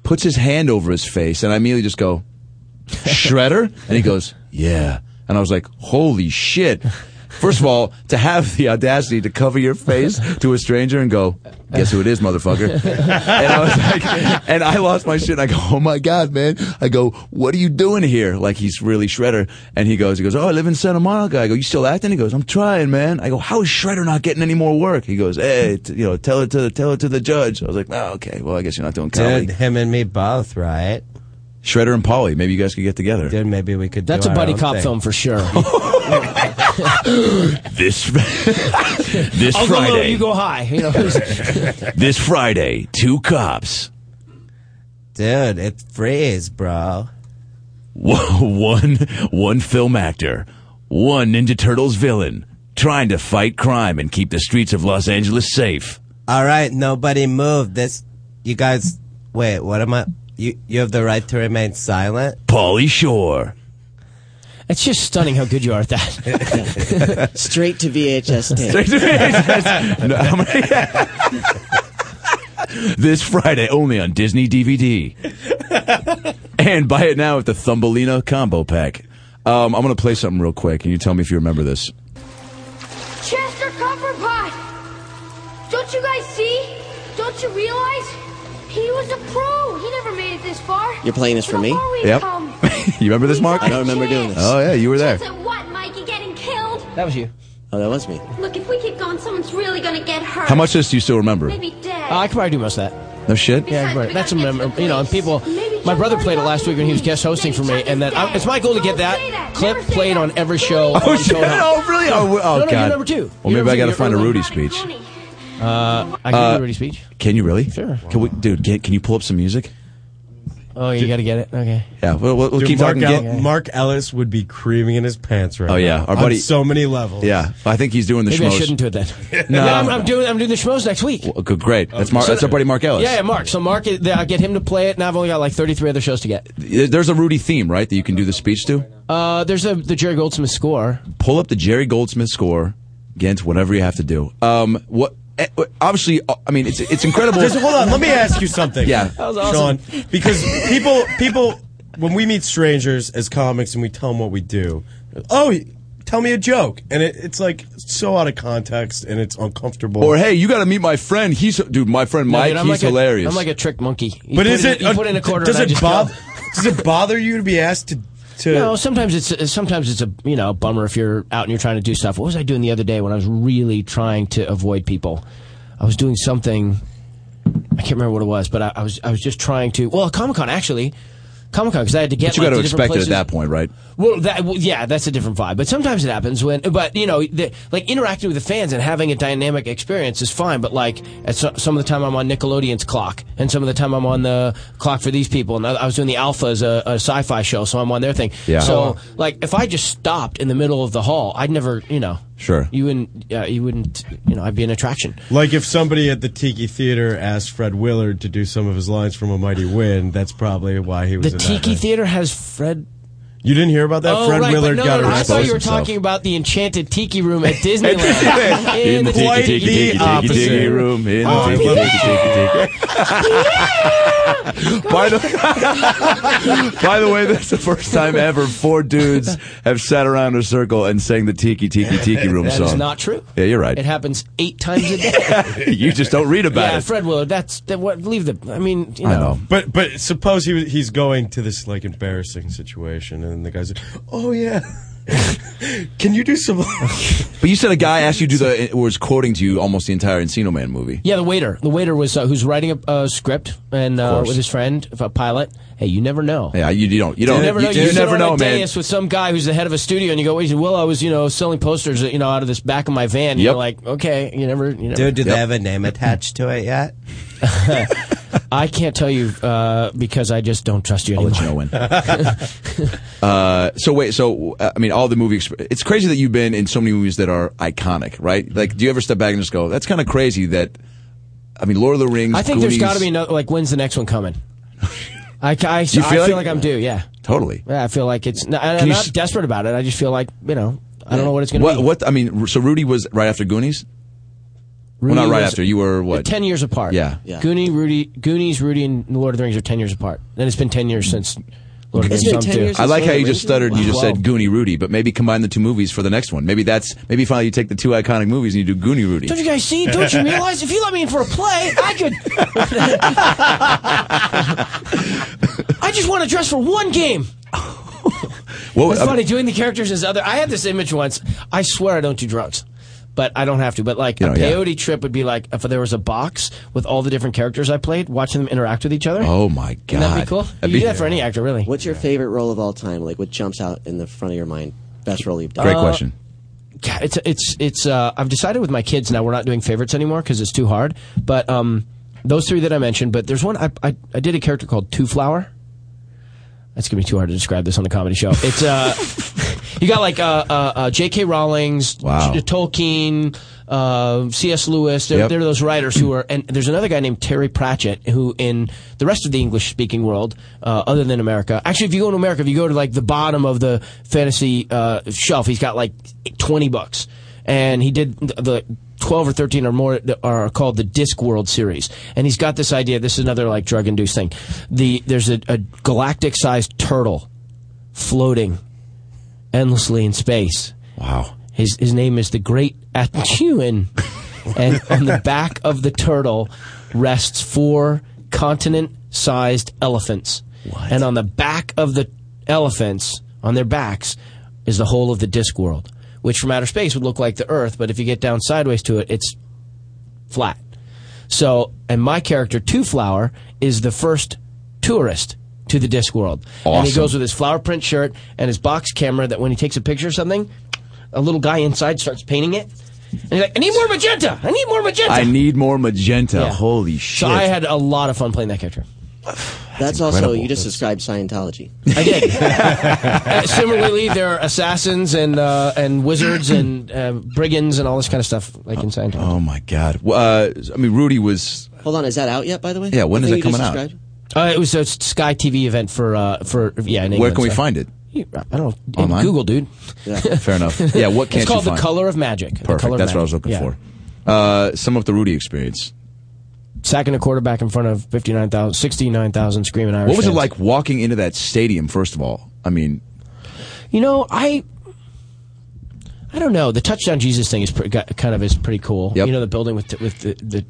Speaker 3: Puts his hand over his face, and I immediately just go, Shredder? And he goes, Yeah. And I was like, Holy shit. First of all, to have the audacity to cover your face to a stranger and go, Guess who it is, motherfucker? and I was like, And I lost my shit. And I go, Oh my God, man. I go, What are you doing here? Like, he's really Shredder. And he goes, He goes, Oh, I live in Santa Monica. I go, You still acting? He goes, I'm trying, man. I go, How is Shredder not getting any more work? He goes, Hey, t- you know, tell it to the, tell it to the judge. I was like, Oh, okay. Well, I guess you're not doing comedy.
Speaker 5: Dude, him and me both, right?
Speaker 3: Shredder and Polly, maybe you guys could get together.
Speaker 5: Dude, maybe we could.
Speaker 7: That's
Speaker 5: do
Speaker 7: a
Speaker 5: our
Speaker 7: buddy
Speaker 5: own
Speaker 7: cop
Speaker 5: thing.
Speaker 7: film for sure.
Speaker 3: this this
Speaker 7: I'll go low,
Speaker 3: Friday.
Speaker 7: you go high. You know,
Speaker 3: this Friday, two cops.
Speaker 5: Dude, it frees, bro.
Speaker 3: One one film actor, one Ninja Turtles villain, trying to fight crime and keep the streets of Los Angeles safe.
Speaker 5: All right, nobody move. This, you guys. Wait, what am I? You you have the right to remain silent.
Speaker 3: Pauly Shore.
Speaker 7: it's just stunning how good you are at that.
Speaker 6: Straight to VHS tape.
Speaker 3: No, how many- this Friday only on Disney DVD. and buy it now at the Thumbelina combo pack. Um, I'm going to play something real quick, and you tell me if you remember this.
Speaker 9: Chester Copperpot! Don't you guys see? Don't you realize? He was a pro. He never made it this far.
Speaker 6: You're playing this for
Speaker 9: Look
Speaker 6: me?
Speaker 9: how we've
Speaker 3: Yep.
Speaker 9: come.
Speaker 3: You remember this,
Speaker 9: We
Speaker 3: Mark?
Speaker 9: got
Speaker 6: I don't remember doing
Speaker 9: chance.
Speaker 6: this.
Speaker 3: Oh, yeah, you were there.
Speaker 9: Chance at what, Mikey? Getting killed?
Speaker 7: that was you.
Speaker 6: Oh, that was me.
Speaker 9: Look, if we keep going, someone's really gonna get hurt.
Speaker 3: How much of this do you still remember?
Speaker 9: Maybe dead.
Speaker 7: Uh, I could probably do most of that.
Speaker 3: No shit?
Speaker 7: Yeah, I could probably- that's a member. You know, and people.
Speaker 9: Maybe
Speaker 7: My brother
Speaker 9: Chuck
Speaker 7: played it last week when he was guest hosting for me, and then I, it's my goal to get that clip played on every show.
Speaker 3: Oh,
Speaker 7: on
Speaker 3: shit.
Speaker 7: Toad Hop.
Speaker 3: Oh, really? Oh, we- oh,
Speaker 7: No, no, you're
Speaker 3: God.
Speaker 7: number two.
Speaker 3: Well,
Speaker 7: You're
Speaker 3: maybe I got
Speaker 7: number two.
Speaker 3: to find a
Speaker 7: You're
Speaker 3: Rudy
Speaker 9: Not a
Speaker 3: speech. Uh,
Speaker 9: pony.
Speaker 7: Uh, I can do Rudy's speech.
Speaker 3: Can you really?
Speaker 7: Sure.
Speaker 3: Can we, dude? Can, can you pull up some music?
Speaker 7: Oh, you got to get it. Okay.
Speaker 3: Yeah, we'll, we'll, we'll
Speaker 4: Dude,
Speaker 3: keep
Speaker 4: Mark,
Speaker 3: talking.
Speaker 4: El-
Speaker 3: Get-
Speaker 4: Mark Ellis would be creaming in his pants right
Speaker 3: Oh, yeah.
Speaker 4: now
Speaker 3: Our buddy-
Speaker 4: on so many levels.
Speaker 3: yeah, I think he's doing the
Speaker 7: Maybe
Speaker 3: schmoes.
Speaker 7: I shouldn't do it then.
Speaker 3: No.
Speaker 7: I'm, I'm doing. I'm doing the schmoes next week.
Speaker 3: Well, good, great. That's Mark. That's our buddy Mark Ellis.
Speaker 7: Yeah, yeah, Mark. So Mark, is- I get him to play it, and I've only got like 33 other shows to get.
Speaker 3: There- There's a Rudy theme, right? That you can do the speech to.
Speaker 7: Uh, there's a, the Jerry Goldsmith score.
Speaker 3: Pull up the Jerry Goldsmith score against whatever you have to do. Um, what? eh, Obviously, uh, I mean, it's it's incredible.
Speaker 4: Just hold on. Let me ask you something.
Speaker 3: Yeah.
Speaker 4: that was awesome. Sean, because people people when we meet strangers as comics and we tell them what we do, oh, tell me a joke, and it, it's like so out of context and it's uncomfortable.
Speaker 3: Or hey, you got to meet my friend. He's dude, my friend
Speaker 7: No,
Speaker 3: Mike.
Speaker 7: dude, I'm
Speaker 3: he's
Speaker 7: like a-
Speaker 3: hilarious.
Speaker 7: I'm like a trick monkey. You
Speaker 4: but
Speaker 7: put
Speaker 4: is
Speaker 7: in,
Speaker 4: it?
Speaker 7: You put in a quarter.
Speaker 4: Does
Speaker 7: and I
Speaker 4: it
Speaker 7: just
Speaker 4: bob-
Speaker 7: go.
Speaker 4: Oh, Does it bother you to be asked to? to
Speaker 7: No, sometimes it's uh, sometimes it's a you know bummer if you're out and you're trying to do stuff. What was I doing the other day when I was really trying to avoid people? I was doing something. I can't remember what it was, but I, I was I was just trying to. Well, Comic Con actually, Comic Con because I had to get.
Speaker 3: but you
Speaker 7: like,
Speaker 3: got to
Speaker 7: to different
Speaker 3: expect
Speaker 7: places.
Speaker 3: it at that point, right?
Speaker 7: Well, that well, yeah, that's a different vibe. But sometimes it happens when, but you know, the, like interacting with the fans and having a dynamic experience is fine. But like at so, some of the time I'm on Nickelodeon's clock, and some of the time I'm on the clock for these people. And I, I was doing the Alpha as a, a sci-fi show, so I'm on their thing.
Speaker 3: Yeah.
Speaker 7: So like if I just stopped in the middle of the hall, I'd never, you know,
Speaker 3: Sure.
Speaker 7: you wouldn't, uh, you wouldn't, you know, I'd be an attraction.
Speaker 4: like if somebody at the Tiki Theater asked Fred Willard to do some of his lines from A Mighty Wind, that's probably why he was.
Speaker 7: The
Speaker 4: in that
Speaker 7: Tiki
Speaker 4: night.
Speaker 7: Theater has Fred
Speaker 4: You didn't hear about that?
Speaker 7: Oh,
Speaker 4: Fred
Speaker 7: right,
Speaker 4: Willard
Speaker 7: but no,
Speaker 4: got
Speaker 7: no, no, I
Speaker 4: arrested.
Speaker 7: thought you were
Speaker 3: himself.
Speaker 7: talking about the enchanted tiki room at Disneyland.
Speaker 3: In the tiki
Speaker 4: Quite
Speaker 3: tiki
Speaker 4: the
Speaker 3: tiki tiki
Speaker 4: opposite.
Speaker 3: tiki room. In the tiki tiki tiki tiki. By the, by the way, that's the first time ever four dudes have sat around in a circle and sang the tiki tiki tiki room
Speaker 7: That
Speaker 3: song.
Speaker 7: is not true.
Speaker 3: Yeah, you're right.
Speaker 7: It happens eight times a day.
Speaker 3: you just don't read about
Speaker 7: yeah,
Speaker 3: it.
Speaker 7: Fred Willard. That's that, what. Leave the. I mean, you know.
Speaker 3: I know.
Speaker 4: But but suppose he was, he's going to this like embarrassing situation, and the guy's like, "Oh yeah, Can you do some?
Speaker 3: But you said a guy asked you to do the was quoting to you almost the entire Encino Man movie.
Speaker 7: Yeah, the waiter. The waiter was uh, who's writing a, a script and uh,
Speaker 3: course.
Speaker 7: with his friend, a pilot. Hey, you never know.
Speaker 3: Yeah, you, you don't. You don't.
Speaker 7: You never know.
Speaker 3: You, you
Speaker 7: sit
Speaker 3: never
Speaker 7: on a
Speaker 3: know, man.
Speaker 7: dais with some guy who's the head of a studio, and you go, "Well, he said, "Well, I was, you know, selling posters, you know, out of this back of my van." And
Speaker 5: Yep.
Speaker 7: You're like, "Okay, you never, you never."
Speaker 5: Dude, do they have a name attached to it yet?
Speaker 7: I can't tell you uh, because I just don't trust you anymore.
Speaker 3: Uh, so wait, so uh, I mean, all the movie. Exp- it's crazy that you've been in so many movies that are iconic, right? Like, do you ever step back and just go, "That's kind of crazy." That I mean, Lord of the Rings.
Speaker 7: I think there's
Speaker 3: Goonies-
Speaker 7: got to be another. Like, when's the next one coming? I, ca- I, I
Speaker 3: You feel
Speaker 7: feel
Speaker 3: like-
Speaker 7: like, I'm due. Yeah.
Speaker 3: Totally.
Speaker 7: Yeah, I feel like it's. n- I,
Speaker 3: Can
Speaker 7: am
Speaker 3: you
Speaker 7: not
Speaker 3: s-
Speaker 7: desperate about it. I just feel like you know. I don't know what it's going to
Speaker 3: What?
Speaker 7: be.
Speaker 3: What? I mean, so Rudy was right after Goonies. well,
Speaker 7: Rudy
Speaker 3: not right
Speaker 7: was-
Speaker 3: after. You were what?
Speaker 7: Ten years apart.
Speaker 3: Yeah. Yeah.
Speaker 7: Goonie, Rudy, Goonies, Rudy, and Lord of the Rings are ten years apart. Then it's been ten years since Lord of the
Speaker 3: It's
Speaker 7: Rings.
Speaker 3: been
Speaker 7: some
Speaker 3: 10
Speaker 7: too.
Speaker 3: I like how you just stuttered. and You just said Goonie Rudy, but maybe combine the two movies for the next one. Maybe that's maybe finally you take the two iconic movies and you do Goonie Rudy.
Speaker 7: Don't you guys see? Don't you realize? If you let me in for a play, I could. I just want to dress for one game.
Speaker 3: Well,
Speaker 7: it's
Speaker 3: I-
Speaker 7: funny doing the characters as other. I had this image once. I swear I don't do drugs, but I don't have to. But like
Speaker 3: You know,
Speaker 7: a
Speaker 3: yeah.
Speaker 7: peyote trip would be like if there was a box with all the different characters I played, watching them interact with each other.
Speaker 3: Oh my
Speaker 7: Wouldn't that be
Speaker 3: God.
Speaker 7: cool? You
Speaker 3: That'd be-
Speaker 7: do that for any actor, really.
Speaker 6: What's your favorite role of all time? Like, what jumps out in the front of your mind? Best role you've done.
Speaker 7: Uh, God, It's it's it's. Uh, I've decided with my kids now we're not doing favorites anymore because it's too hard. But um, those three that I mentioned. But there's one I I, I did a character called Two Flower. That's gonna be too hard to describe this on a comedy show. It's uh, you got like uh, uh, uh J.K. Rowling's,
Speaker 3: Wow.
Speaker 7: J- Tolkien, uh, C.S. Lewis. They're,
Speaker 3: Yep.
Speaker 7: they're those writers who are. And there's another guy named Terry Pratchett who, in the rest of the English-speaking world, uh, other than America, actually, if you go to America, if you go to like the bottom of the fantasy uh, shelf, he's got like 20 books, and he did th- the 12 or 13 or more that are called the Discworld series. And he's got this idea. This is another like drug induced thing. The, there's a, a galactic sized turtle floating endlessly in space.
Speaker 3: Wow.
Speaker 7: His, his name is the Great Achuin. and on the back of the turtle rests four continent sized elephants. And on the back of the elephants, on their backs, is the whole of the disc world, which from outer space would look like the Earth, but if you get down sideways to it, it's flat. So, and my character, Two Flower, is the first tourist to the disc world. And he
Speaker 3: Awesome.
Speaker 7: goes with his flower print shirt and his box camera that when he takes a picture of something, a little guy inside starts painting it. And he's like, I need more magenta! I need more magenta!
Speaker 3: I need more magenta.
Speaker 7: Yeah.
Speaker 3: Holy shit!
Speaker 7: so I had a lot of fun playing that character.
Speaker 6: That's, also
Speaker 3: incredible.
Speaker 6: you just described Scientology.
Speaker 7: I did. Uh, similarly, there are assassins and uh, and wizards and uh, brigands and all this kind of stuff, like in Scientology.
Speaker 3: oh my god. Well, uh, I mean, Rudy was.
Speaker 6: Hold on, is that out yet? By the way,
Speaker 3: Yeah, when
Speaker 6: The
Speaker 3: is
Speaker 6: thing
Speaker 3: that
Speaker 6: you just
Speaker 3: coming out?
Speaker 6: described?
Speaker 7: Uh, it was a Sky TV event for uh, for yeah. In
Speaker 3: where
Speaker 7: England,
Speaker 3: can we
Speaker 7: so-
Speaker 3: find it?
Speaker 7: You- I don't know.
Speaker 3: Online?
Speaker 7: Google, dude.
Speaker 3: Fair enough. Yeah. What can't
Speaker 7: it's called
Speaker 3: you
Speaker 7: the
Speaker 3: find?
Speaker 7: color of magic. The
Speaker 3: Perfect.
Speaker 7: Colour of
Speaker 3: That's what I was
Speaker 7: Magic.
Speaker 3: looking
Speaker 7: Yeah.
Speaker 3: for. Uh, sum up the Rudy experience.
Speaker 7: Sacking a quarterback in front of 59,000, 69,000 screaming Irish
Speaker 3: What was it
Speaker 7: fans.
Speaker 3: like walking into that stadium? First of all, I mean,
Speaker 7: You know, I I don't know. The touchdown Jesus thing is pre- got- kind of is pretty cool.
Speaker 3: Yep.
Speaker 7: You know, the building with the, with the, the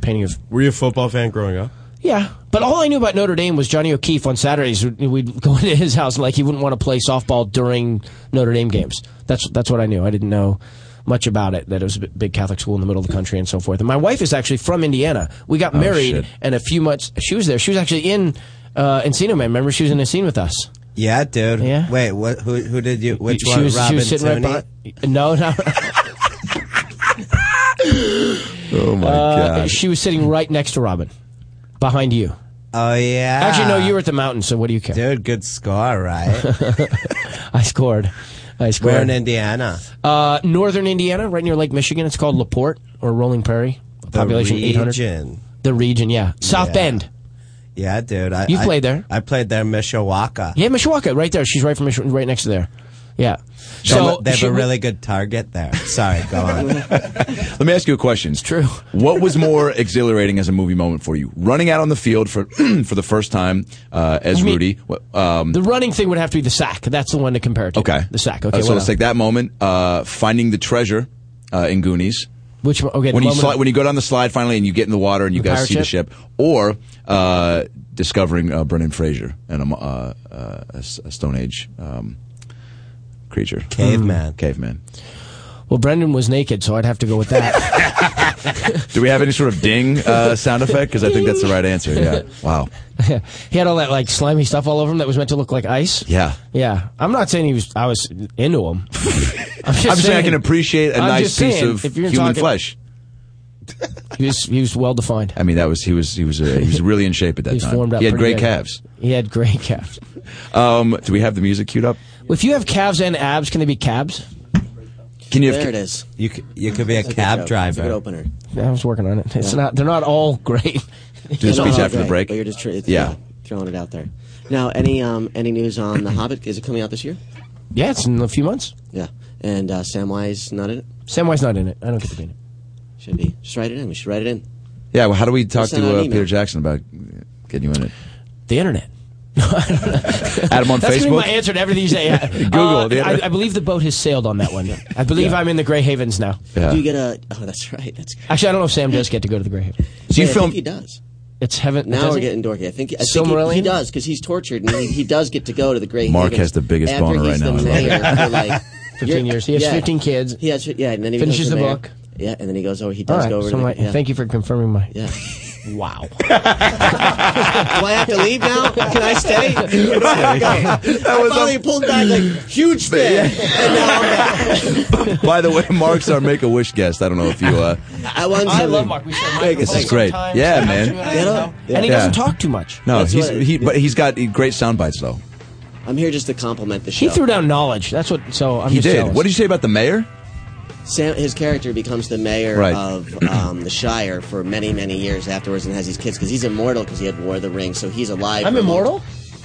Speaker 7: painting of
Speaker 4: Were you a football fan growing up?
Speaker 7: yeah. But all I knew about Notre Dame was Johnny O'Keefe on Saturdays. We'd- We'd go into his house and like he wouldn't want to play softball during Notre Dame games. That's that's what I knew. I didn't know much about it that it was a bi- big Catholic school in the middle of the country and so forth. And my wife is actually from Indiana. We
Speaker 4: Oh,
Speaker 7: got married
Speaker 3: shit.
Speaker 7: and a few months she was there. She was actually in uh, Encino Man. Remember she was in a scene with us.
Speaker 5: Yeah, dude.
Speaker 7: Yeah.
Speaker 5: Wait, what? Who? Who did you? Which
Speaker 7: she
Speaker 5: one?
Speaker 7: was,
Speaker 5: Robin
Speaker 7: she was sitting
Speaker 5: Tooney?
Speaker 7: right behind. No, no.
Speaker 3: oh my
Speaker 7: Uh, she was sitting right next to Robin, behind you.
Speaker 5: Oh yeah.
Speaker 7: Actually, no, you were at the mountain. So what do you care?
Speaker 5: Dude, good score, right?
Speaker 7: I scored. I scored.
Speaker 5: we're in Indiana.
Speaker 7: Uh, northern Indiana, right near Lake Michigan. It's called Laporte or Rolling Prairie.
Speaker 5: The
Speaker 7: Population 800.
Speaker 5: region.
Speaker 7: The region, yeah. South
Speaker 5: Yeah.
Speaker 7: Bend.
Speaker 5: Yeah, dude. I,
Speaker 7: You
Speaker 5: I-
Speaker 7: played there?
Speaker 5: I played there, Mishawaka.
Speaker 7: Yeah, Mishawaka, right there. She's right from Mish- right next to there. Yeah.
Speaker 5: They have-
Speaker 7: So
Speaker 5: they have
Speaker 7: she-
Speaker 5: a really good target there. Sorry, go on.
Speaker 3: Let me ask you a question. It's
Speaker 7: true.
Speaker 3: What was more exhilarating as a movie moment for you? Running out on the field for for the first time uh, as
Speaker 7: You mean-
Speaker 3: Rudy. What- Um,
Speaker 7: the running thing would have to be the sack. That's the one to compare it to.
Speaker 3: okay.
Speaker 7: The sack. Okay.
Speaker 3: Uh, so
Speaker 7: what
Speaker 3: let's
Speaker 7: else?
Speaker 3: take that moment. Uh, finding the treasure uh, in Goonies.
Speaker 7: Which one? Okay. the
Speaker 3: when you
Speaker 7: moment
Speaker 3: slide,
Speaker 7: of-
Speaker 3: when you go down the slide finally and you get in the water and you
Speaker 7: The
Speaker 3: guys
Speaker 7: pirate
Speaker 3: see the ship, or uh, discovering uh, Brendan Fraser and a, mo- uh, uh, a s- a Stone Age um, creature.
Speaker 5: Caveman.
Speaker 3: Caveman.
Speaker 7: Well, Brendan was naked, so I'd have to go with that.
Speaker 3: Do we have any sort of ding uh, sound effect? Because I think that's the right answer. Yeah. Wow.
Speaker 7: he had all that like slimy stuff all over him that was meant to look like ice.
Speaker 3: Yeah.
Speaker 7: Yeah, I'm not saying he was. I was into him. I'm just
Speaker 3: I'm just saying I can appreciate a
Speaker 7: I'm
Speaker 3: nice
Speaker 7: just
Speaker 3: piece
Speaker 7: saying,
Speaker 3: of
Speaker 7: if you're
Speaker 3: human
Speaker 7: talking-
Speaker 3: flesh.
Speaker 7: He was, he was well defined.
Speaker 3: I mean, that was he was he was uh, he was really in shape at that
Speaker 7: He was
Speaker 3: time.
Speaker 7: formed up.
Speaker 3: he had
Speaker 7: pretty
Speaker 3: great
Speaker 7: good.
Speaker 3: calves.
Speaker 7: He had great calves.
Speaker 3: Um, do we have the music queued up?
Speaker 7: If you have calves and abs, can they be cabs?
Speaker 3: Can you? Have,
Speaker 6: There it is.
Speaker 5: You c- you could be a cab
Speaker 6: It's a good
Speaker 5: driver.
Speaker 6: opener.
Speaker 7: I was working on it. It's not. They're not all great.
Speaker 3: Do the
Speaker 6: They're not
Speaker 3: speech
Speaker 6: all
Speaker 3: after
Speaker 6: great,
Speaker 3: the break.
Speaker 6: But you're just tr- it's,
Speaker 3: Yeah.
Speaker 6: yeah. throwing it out there. Now, any um, any news on The Hobbit? Is it coming out this year?
Speaker 7: yeah, it's in a few months.
Speaker 6: Yeah. And uh, Samwise not in it.
Speaker 7: Samwise not in it. I don't get to be in it.
Speaker 6: Should be. Just write it in. We should write it in.
Speaker 3: Yeah. Well, how do we talk
Speaker 6: send out
Speaker 3: to
Speaker 6: an
Speaker 3: uh,
Speaker 6: email.
Speaker 3: Peter Jackson about getting you in it?
Speaker 7: The internet.
Speaker 3: Add him
Speaker 7: That's gonna
Speaker 3: on
Speaker 7: be
Speaker 3: Facebook.
Speaker 7: my answer to everything you say. Yeah.
Speaker 3: Google,
Speaker 7: Uh,
Speaker 3: the internet.
Speaker 7: I, I believe the boat has sailed on that one. I believe I'm in the Grey Havens now.
Speaker 3: yeah.
Speaker 6: Do you get a? Oh, that's right. That's great.
Speaker 7: Actually, I don't know if Sam does get to go to the Grey Haven.
Speaker 3: so you
Speaker 6: Wait, I
Speaker 3: film
Speaker 6: think he does.
Speaker 7: It's heaven.
Speaker 6: Now
Speaker 7: does
Speaker 6: we're
Speaker 7: it?
Speaker 6: getting dorky. I think I think he, he
Speaker 7: Silmarillion?
Speaker 6: does because he's tortured and he, he does get to go to the great.
Speaker 3: Mark
Speaker 6: Havens
Speaker 3: has the biggest
Speaker 6: after
Speaker 3: boner
Speaker 6: he's
Speaker 3: right now.
Speaker 6: the
Speaker 3: I love
Speaker 6: mayor for, like
Speaker 7: 15 years. He has 15 kids.
Speaker 6: He has yeah, and then he
Speaker 7: Finishes
Speaker 6: becomes
Speaker 7: the
Speaker 6: mayor.
Speaker 7: book.
Speaker 6: Yeah, and then he goes over. He
Speaker 7: All
Speaker 6: does
Speaker 7: right.
Speaker 6: go over.
Speaker 7: so
Speaker 6: to
Speaker 7: my-
Speaker 6: the, yeah.
Speaker 7: Thank you for confirming my.
Speaker 6: Yeah.
Speaker 7: Wow.
Speaker 6: Do I have to leave now? Can I stay? Where do I go? I finally pulled back like huge thing. And now I'm back.
Speaker 3: By the way, Mark's our Make a Wish guest. I don't know if you. Uh,
Speaker 6: I want to.
Speaker 7: I love Mark. We share
Speaker 3: this
Speaker 7: microphones
Speaker 3: is great.
Speaker 7: sometimes.
Speaker 3: Yeah,
Speaker 7: Sometimes
Speaker 3: man.
Speaker 7: you and I
Speaker 6: Yeah.
Speaker 7: don't know. And he
Speaker 3: Yeah.
Speaker 7: doesn't talk too much.
Speaker 3: no,
Speaker 6: That's
Speaker 3: he's
Speaker 6: what-
Speaker 3: he, but he's got great sound bites though.
Speaker 6: I'm here just to compliment the show.
Speaker 7: He threw down knowledge. That's what. So I'm
Speaker 3: He
Speaker 7: just
Speaker 3: did.
Speaker 7: jealous.
Speaker 3: What did you say about the mayor?
Speaker 6: Sam, his character becomes the mayor
Speaker 3: Right.
Speaker 6: of um, the Shire for many, many years afterwards, and has these kids because he's immortal because he had War of the Ring, so he's alive.
Speaker 7: I'm
Speaker 6: for a long-
Speaker 7: immortal.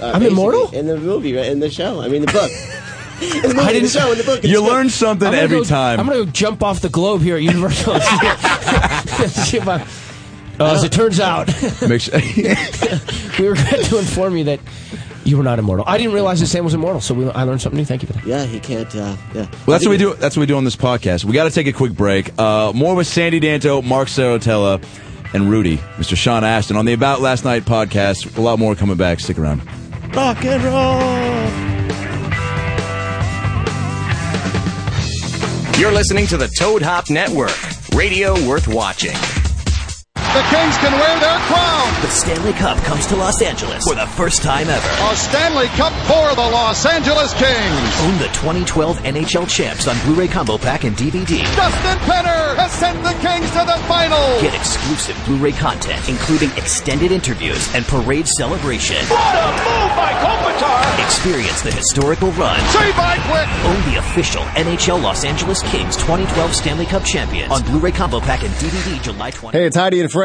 Speaker 6: Uh,
Speaker 7: I'm
Speaker 6: basically,
Speaker 7: immortal.
Speaker 6: in the movie, right? in the show. I mean, the book. in the movie, in the show, in the book. in
Speaker 3: You
Speaker 6: the show.
Speaker 3: learn something
Speaker 7: I'm gonna
Speaker 3: every
Speaker 7: go-
Speaker 3: time.
Speaker 7: I'm going to jump off the globe here at Universal. See if I'm- Uh, as it turns out,
Speaker 3: Make sure.
Speaker 7: we regret to inform you that you were not immortal. I didn't realize that Sam was immortal, so we, I learned something new. Thank you for that.
Speaker 6: Yeah, he can't. Uh, yeah.
Speaker 3: Well, that's what we do. That's what we do on this podcast. We got to take a quick break. Uh, more with Sandy Danto, Mark Sarotella, and Rudy, Mr. Sean Aston on the About Last Night podcast. A lot more coming back. Stick around.
Speaker 4: Rock and roll.
Speaker 1: You're listening to the Toad Hop Network, radio worth watching.
Speaker 10: The Kings can wear their crown.
Speaker 11: The Stanley Cup comes to Los Angeles for the first time ever.
Speaker 10: A Stanley Cup for the Los Angeles Kings.
Speaker 11: Own the 2012 NHL Champs on Blu-ray Combo Pack and DVD.
Speaker 10: Justin Penner has sent the Kings to the final.
Speaker 11: Get exclusive Blu-ray content, including extended interviews and parade celebration. What a move by Kopitar! Experience the historical run.
Speaker 10: Save by quick.
Speaker 11: Own the official NHL Los Angeles Kings 2012 Stanley Cup champions on Blu-ray Combo Pack and DVD July 20.
Speaker 12: Hey, it's Heidi and Frank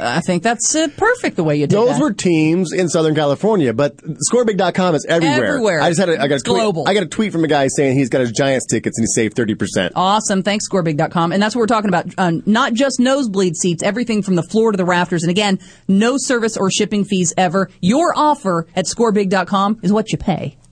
Speaker 13: I think that's uh, perfect the way you did
Speaker 12: Those
Speaker 13: that.
Speaker 12: were teams in Southern California, but scorebig.com is everywhere.
Speaker 13: Everywhere.
Speaker 12: I just had a, I got a
Speaker 13: It's
Speaker 12: tweet,
Speaker 13: global.
Speaker 12: I got a tweet from a guy saying he's got his Giants tickets and he saved 30%.
Speaker 13: Awesome. Thanks, scorebig.com. And that's what we're talking about. Um, not just nosebleed seats, everything from the floor to the rafters. And again, no service or shipping fees ever. Your offer at scorebig.com is what you pay.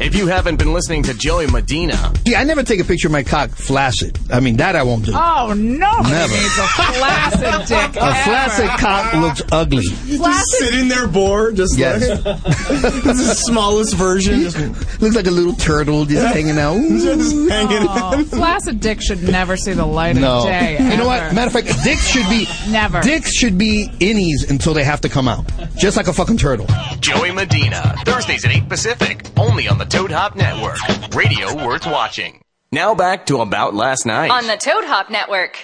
Speaker 1: If you haven't been listening to Joey Medina,
Speaker 14: Yeah, I never take a picture of my cock flaccid. I mean, that I won't do.
Speaker 15: Oh no!
Speaker 14: Never.
Speaker 15: It's a flaccid dick.
Speaker 14: A flaccid cock looks ugly.
Speaker 15: Flaccid-
Speaker 16: sitting there bored, just
Speaker 14: Yes.
Speaker 16: like this is the smallest version. Just
Speaker 14: looks like a little turtle just hanging out.
Speaker 16: Just hanging
Speaker 15: Oh, flaccid dick should never see the light
Speaker 14: No.
Speaker 15: of day.
Speaker 14: You know what?
Speaker 15: ever.
Speaker 14: Matter of fact, dicks should be
Speaker 15: Never.
Speaker 14: dicks should be innies until they have to come out, just like a fucking turtle.
Speaker 1: Joey Medina, Thursdays at 8 Pacific, only on the Toad Hop Network. Radio worth watching. Now back to About Last Night.
Speaker 2: On the Toad Hop Network.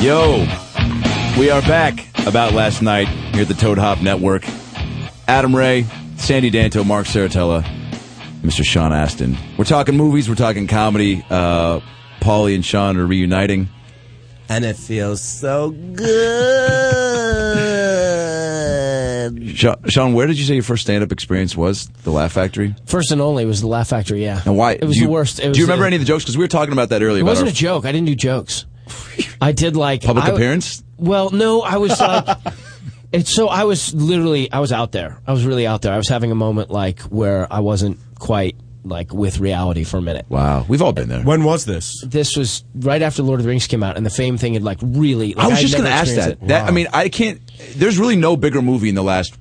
Speaker 3: Yo, we are back about last night here at the Toad Hop Network. Adam Ray, Sandy Danto, Mark Saratella, Mr. Sean Aston. We're talking movies, we're talking comedy. Uh, Paulie and Sean are reuniting.
Speaker 5: And it feels so good.
Speaker 3: Sean, Sean, where did you say your first stand up experience was? The Laugh Factory?
Speaker 7: First and only was the Laugh Factory. Yeah.
Speaker 3: And why?
Speaker 7: It was
Speaker 3: do you-
Speaker 7: the worst. It was
Speaker 3: do you remember
Speaker 7: it-
Speaker 3: any of the jokes? Because we were talking about that earlier.
Speaker 7: It
Speaker 3: about
Speaker 7: wasn't
Speaker 3: our
Speaker 7: a joke. I didn't do jokes. I did like
Speaker 3: Public
Speaker 7: I w-
Speaker 3: appearance?
Speaker 7: Well, no, I was like, it's so I was literally I was out there. I was really out there. I was having a moment like where I wasn't quite like with reality for a minute.
Speaker 3: Wow, we've all been there.
Speaker 4: When was this?
Speaker 7: This was right after Lord of the Rings came out, and the fame thing had like really. Like,
Speaker 3: I was
Speaker 7: had
Speaker 3: just going to
Speaker 7: never
Speaker 3: ask that.
Speaker 7: experienced it.
Speaker 3: That I mean, I can't. There's really no bigger movie in the last.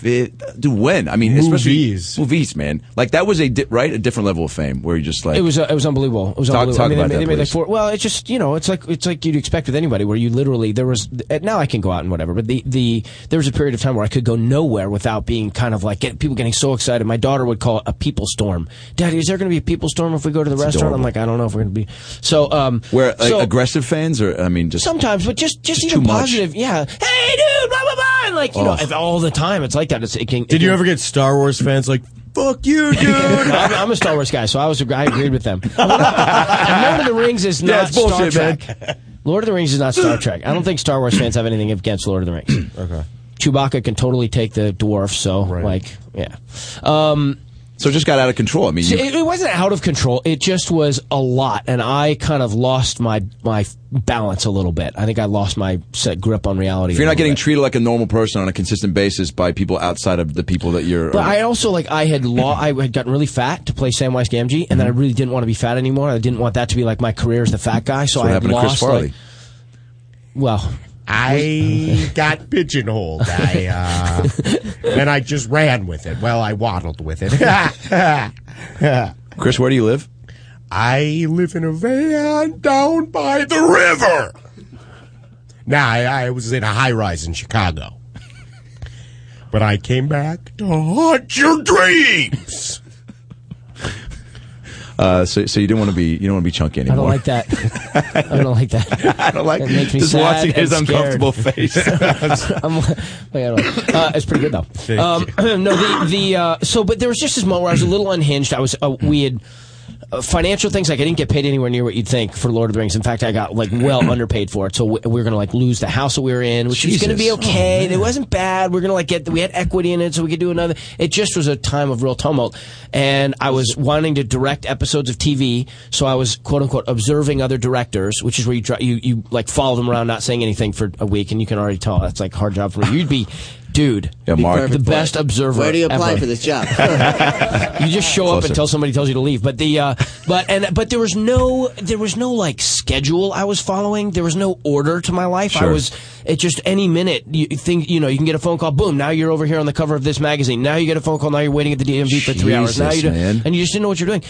Speaker 3: Fi- dude, when? I mean, especially movies, man. Like that was a di- right a different level of fame where you just like
Speaker 7: it was uh, it was unbelievable. It was
Speaker 3: Talk-
Speaker 7: unbelievable.
Speaker 3: talk
Speaker 7: I mean,
Speaker 3: about
Speaker 7: they, made-
Speaker 3: that,
Speaker 7: they made like
Speaker 3: please.
Speaker 7: four. Well, it's just you know, it's like it's like you'd expect with anybody, where you literally there was eh, now I can go out and whatever, but the the there was a period of time where I could go nowhere without being kind of like get, people getting so excited. My daughter would call it a people storm. Daddy, is there going to be a people storm if we go to the restaurant? I'm
Speaker 3: adorable.
Speaker 7: like, I don't know if we're going to be. So um,
Speaker 3: where like,
Speaker 7: so-
Speaker 3: aggressive fans or I mean just
Speaker 7: sometimes, but just just,
Speaker 3: Just
Speaker 7: even
Speaker 3: too much.
Speaker 7: positive. Yeah. Hey, dude, blah blah blah. And like you know,
Speaker 4: Oh.
Speaker 7: if- all the time it's like that. It's, it can, it
Speaker 4: Did you
Speaker 7: can-
Speaker 4: ever get Star Wars fans like, fuck you, dude?
Speaker 7: I'm, I'm a Star Wars guy, so I was I agreed with them. And Lord of the Rings is
Speaker 4: Yeah,
Speaker 7: not
Speaker 4: it's bullshit,
Speaker 7: Star Trek. Lord of the Rings is not Star Trek. I don't think Star Wars fans have anything against Lord of the Rings.
Speaker 4: okay.
Speaker 7: Chewbacca can totally take the dwarf, so like, yeah. Um,
Speaker 3: so it just got out of control. I mean,
Speaker 7: so
Speaker 3: you-
Speaker 7: it, it wasn't out of control. It just was a lot, and I kind of lost my my balance a little bit. I think I lost my set grip on reality.
Speaker 3: if you're
Speaker 7: a
Speaker 3: not
Speaker 7: little
Speaker 3: getting
Speaker 7: bit.
Speaker 3: treated like a normal person on a consistent basis by people outside of the people that you're.
Speaker 7: But I also like I had law I had gotten really fat to play Samwise Gamgee, and then I really didn't want to be fat anymore. I didn't want that to be like my career as the fat guy. So
Speaker 3: That's what
Speaker 7: I had
Speaker 3: happened to
Speaker 7: lost
Speaker 3: Chris Farley.
Speaker 7: like well.
Speaker 4: I got pigeonholed. I uh, and I just ran with it. Well, I waddled with it.
Speaker 3: Chris, where do you live?
Speaker 4: I live in a van down by the river. Now I, I was in a high rise in Chicago, but I came back to haunt your dreams.
Speaker 3: Uh, so, so you didn't want to be you don't want to be chunky
Speaker 7: I
Speaker 3: anymore.
Speaker 7: don't like that. I don't like that. I
Speaker 3: don't like-
Speaker 7: that makes me
Speaker 3: just
Speaker 7: sad
Speaker 3: watching his
Speaker 7: and scared.
Speaker 3: uncomfortable face.
Speaker 7: I'm like, I don't like- uh, it's pretty good though.
Speaker 3: Thank
Speaker 7: um, no, the the uh, so, but there was just this moment where I was a little unhinged. I was uh, we had. Uh, financial things like I didn't get paid anywhere near what you'd think for Lord of the Rings. In fact, I got like well underpaid for it. So we, we were gonna like lose the house that we were in, which was gonna be
Speaker 17: Jesus. Oh,
Speaker 7: okay.
Speaker 17: man.
Speaker 7: it wasn't bad. We are gonna like get we had equity in it, so we could do another. It just was a time of real tumult, and I was wanting to direct episodes of TV. So I was quote unquote observing other directors, which is where you dri- you you like follow them around, not saying anything for a week, and you can already tell that's like a hard job for me. You'd be. Dude,
Speaker 3: Yeah,
Speaker 7: be
Speaker 3: Mark.
Speaker 7: the
Speaker 3: Perfect for
Speaker 7: best
Speaker 3: it.
Speaker 7: observer.
Speaker 6: Where do you apply
Speaker 7: ever.
Speaker 6: for this job?
Speaker 7: You just show up
Speaker 6: Closer.
Speaker 7: until somebody tells you to leave. But the uh, but and but there was no there was no like schedule I was following. There was no order to my life. I
Speaker 17: Sure.
Speaker 7: was it just any minute you think you know you can get a phone call. Boom! Now you're over here on the cover of this magazine. Now you get a phone call. Now you're waiting at the DMV for three hours. Now
Speaker 3: Jesus,
Speaker 7: you do,
Speaker 3: man.
Speaker 7: and you just didn't know what you're doing.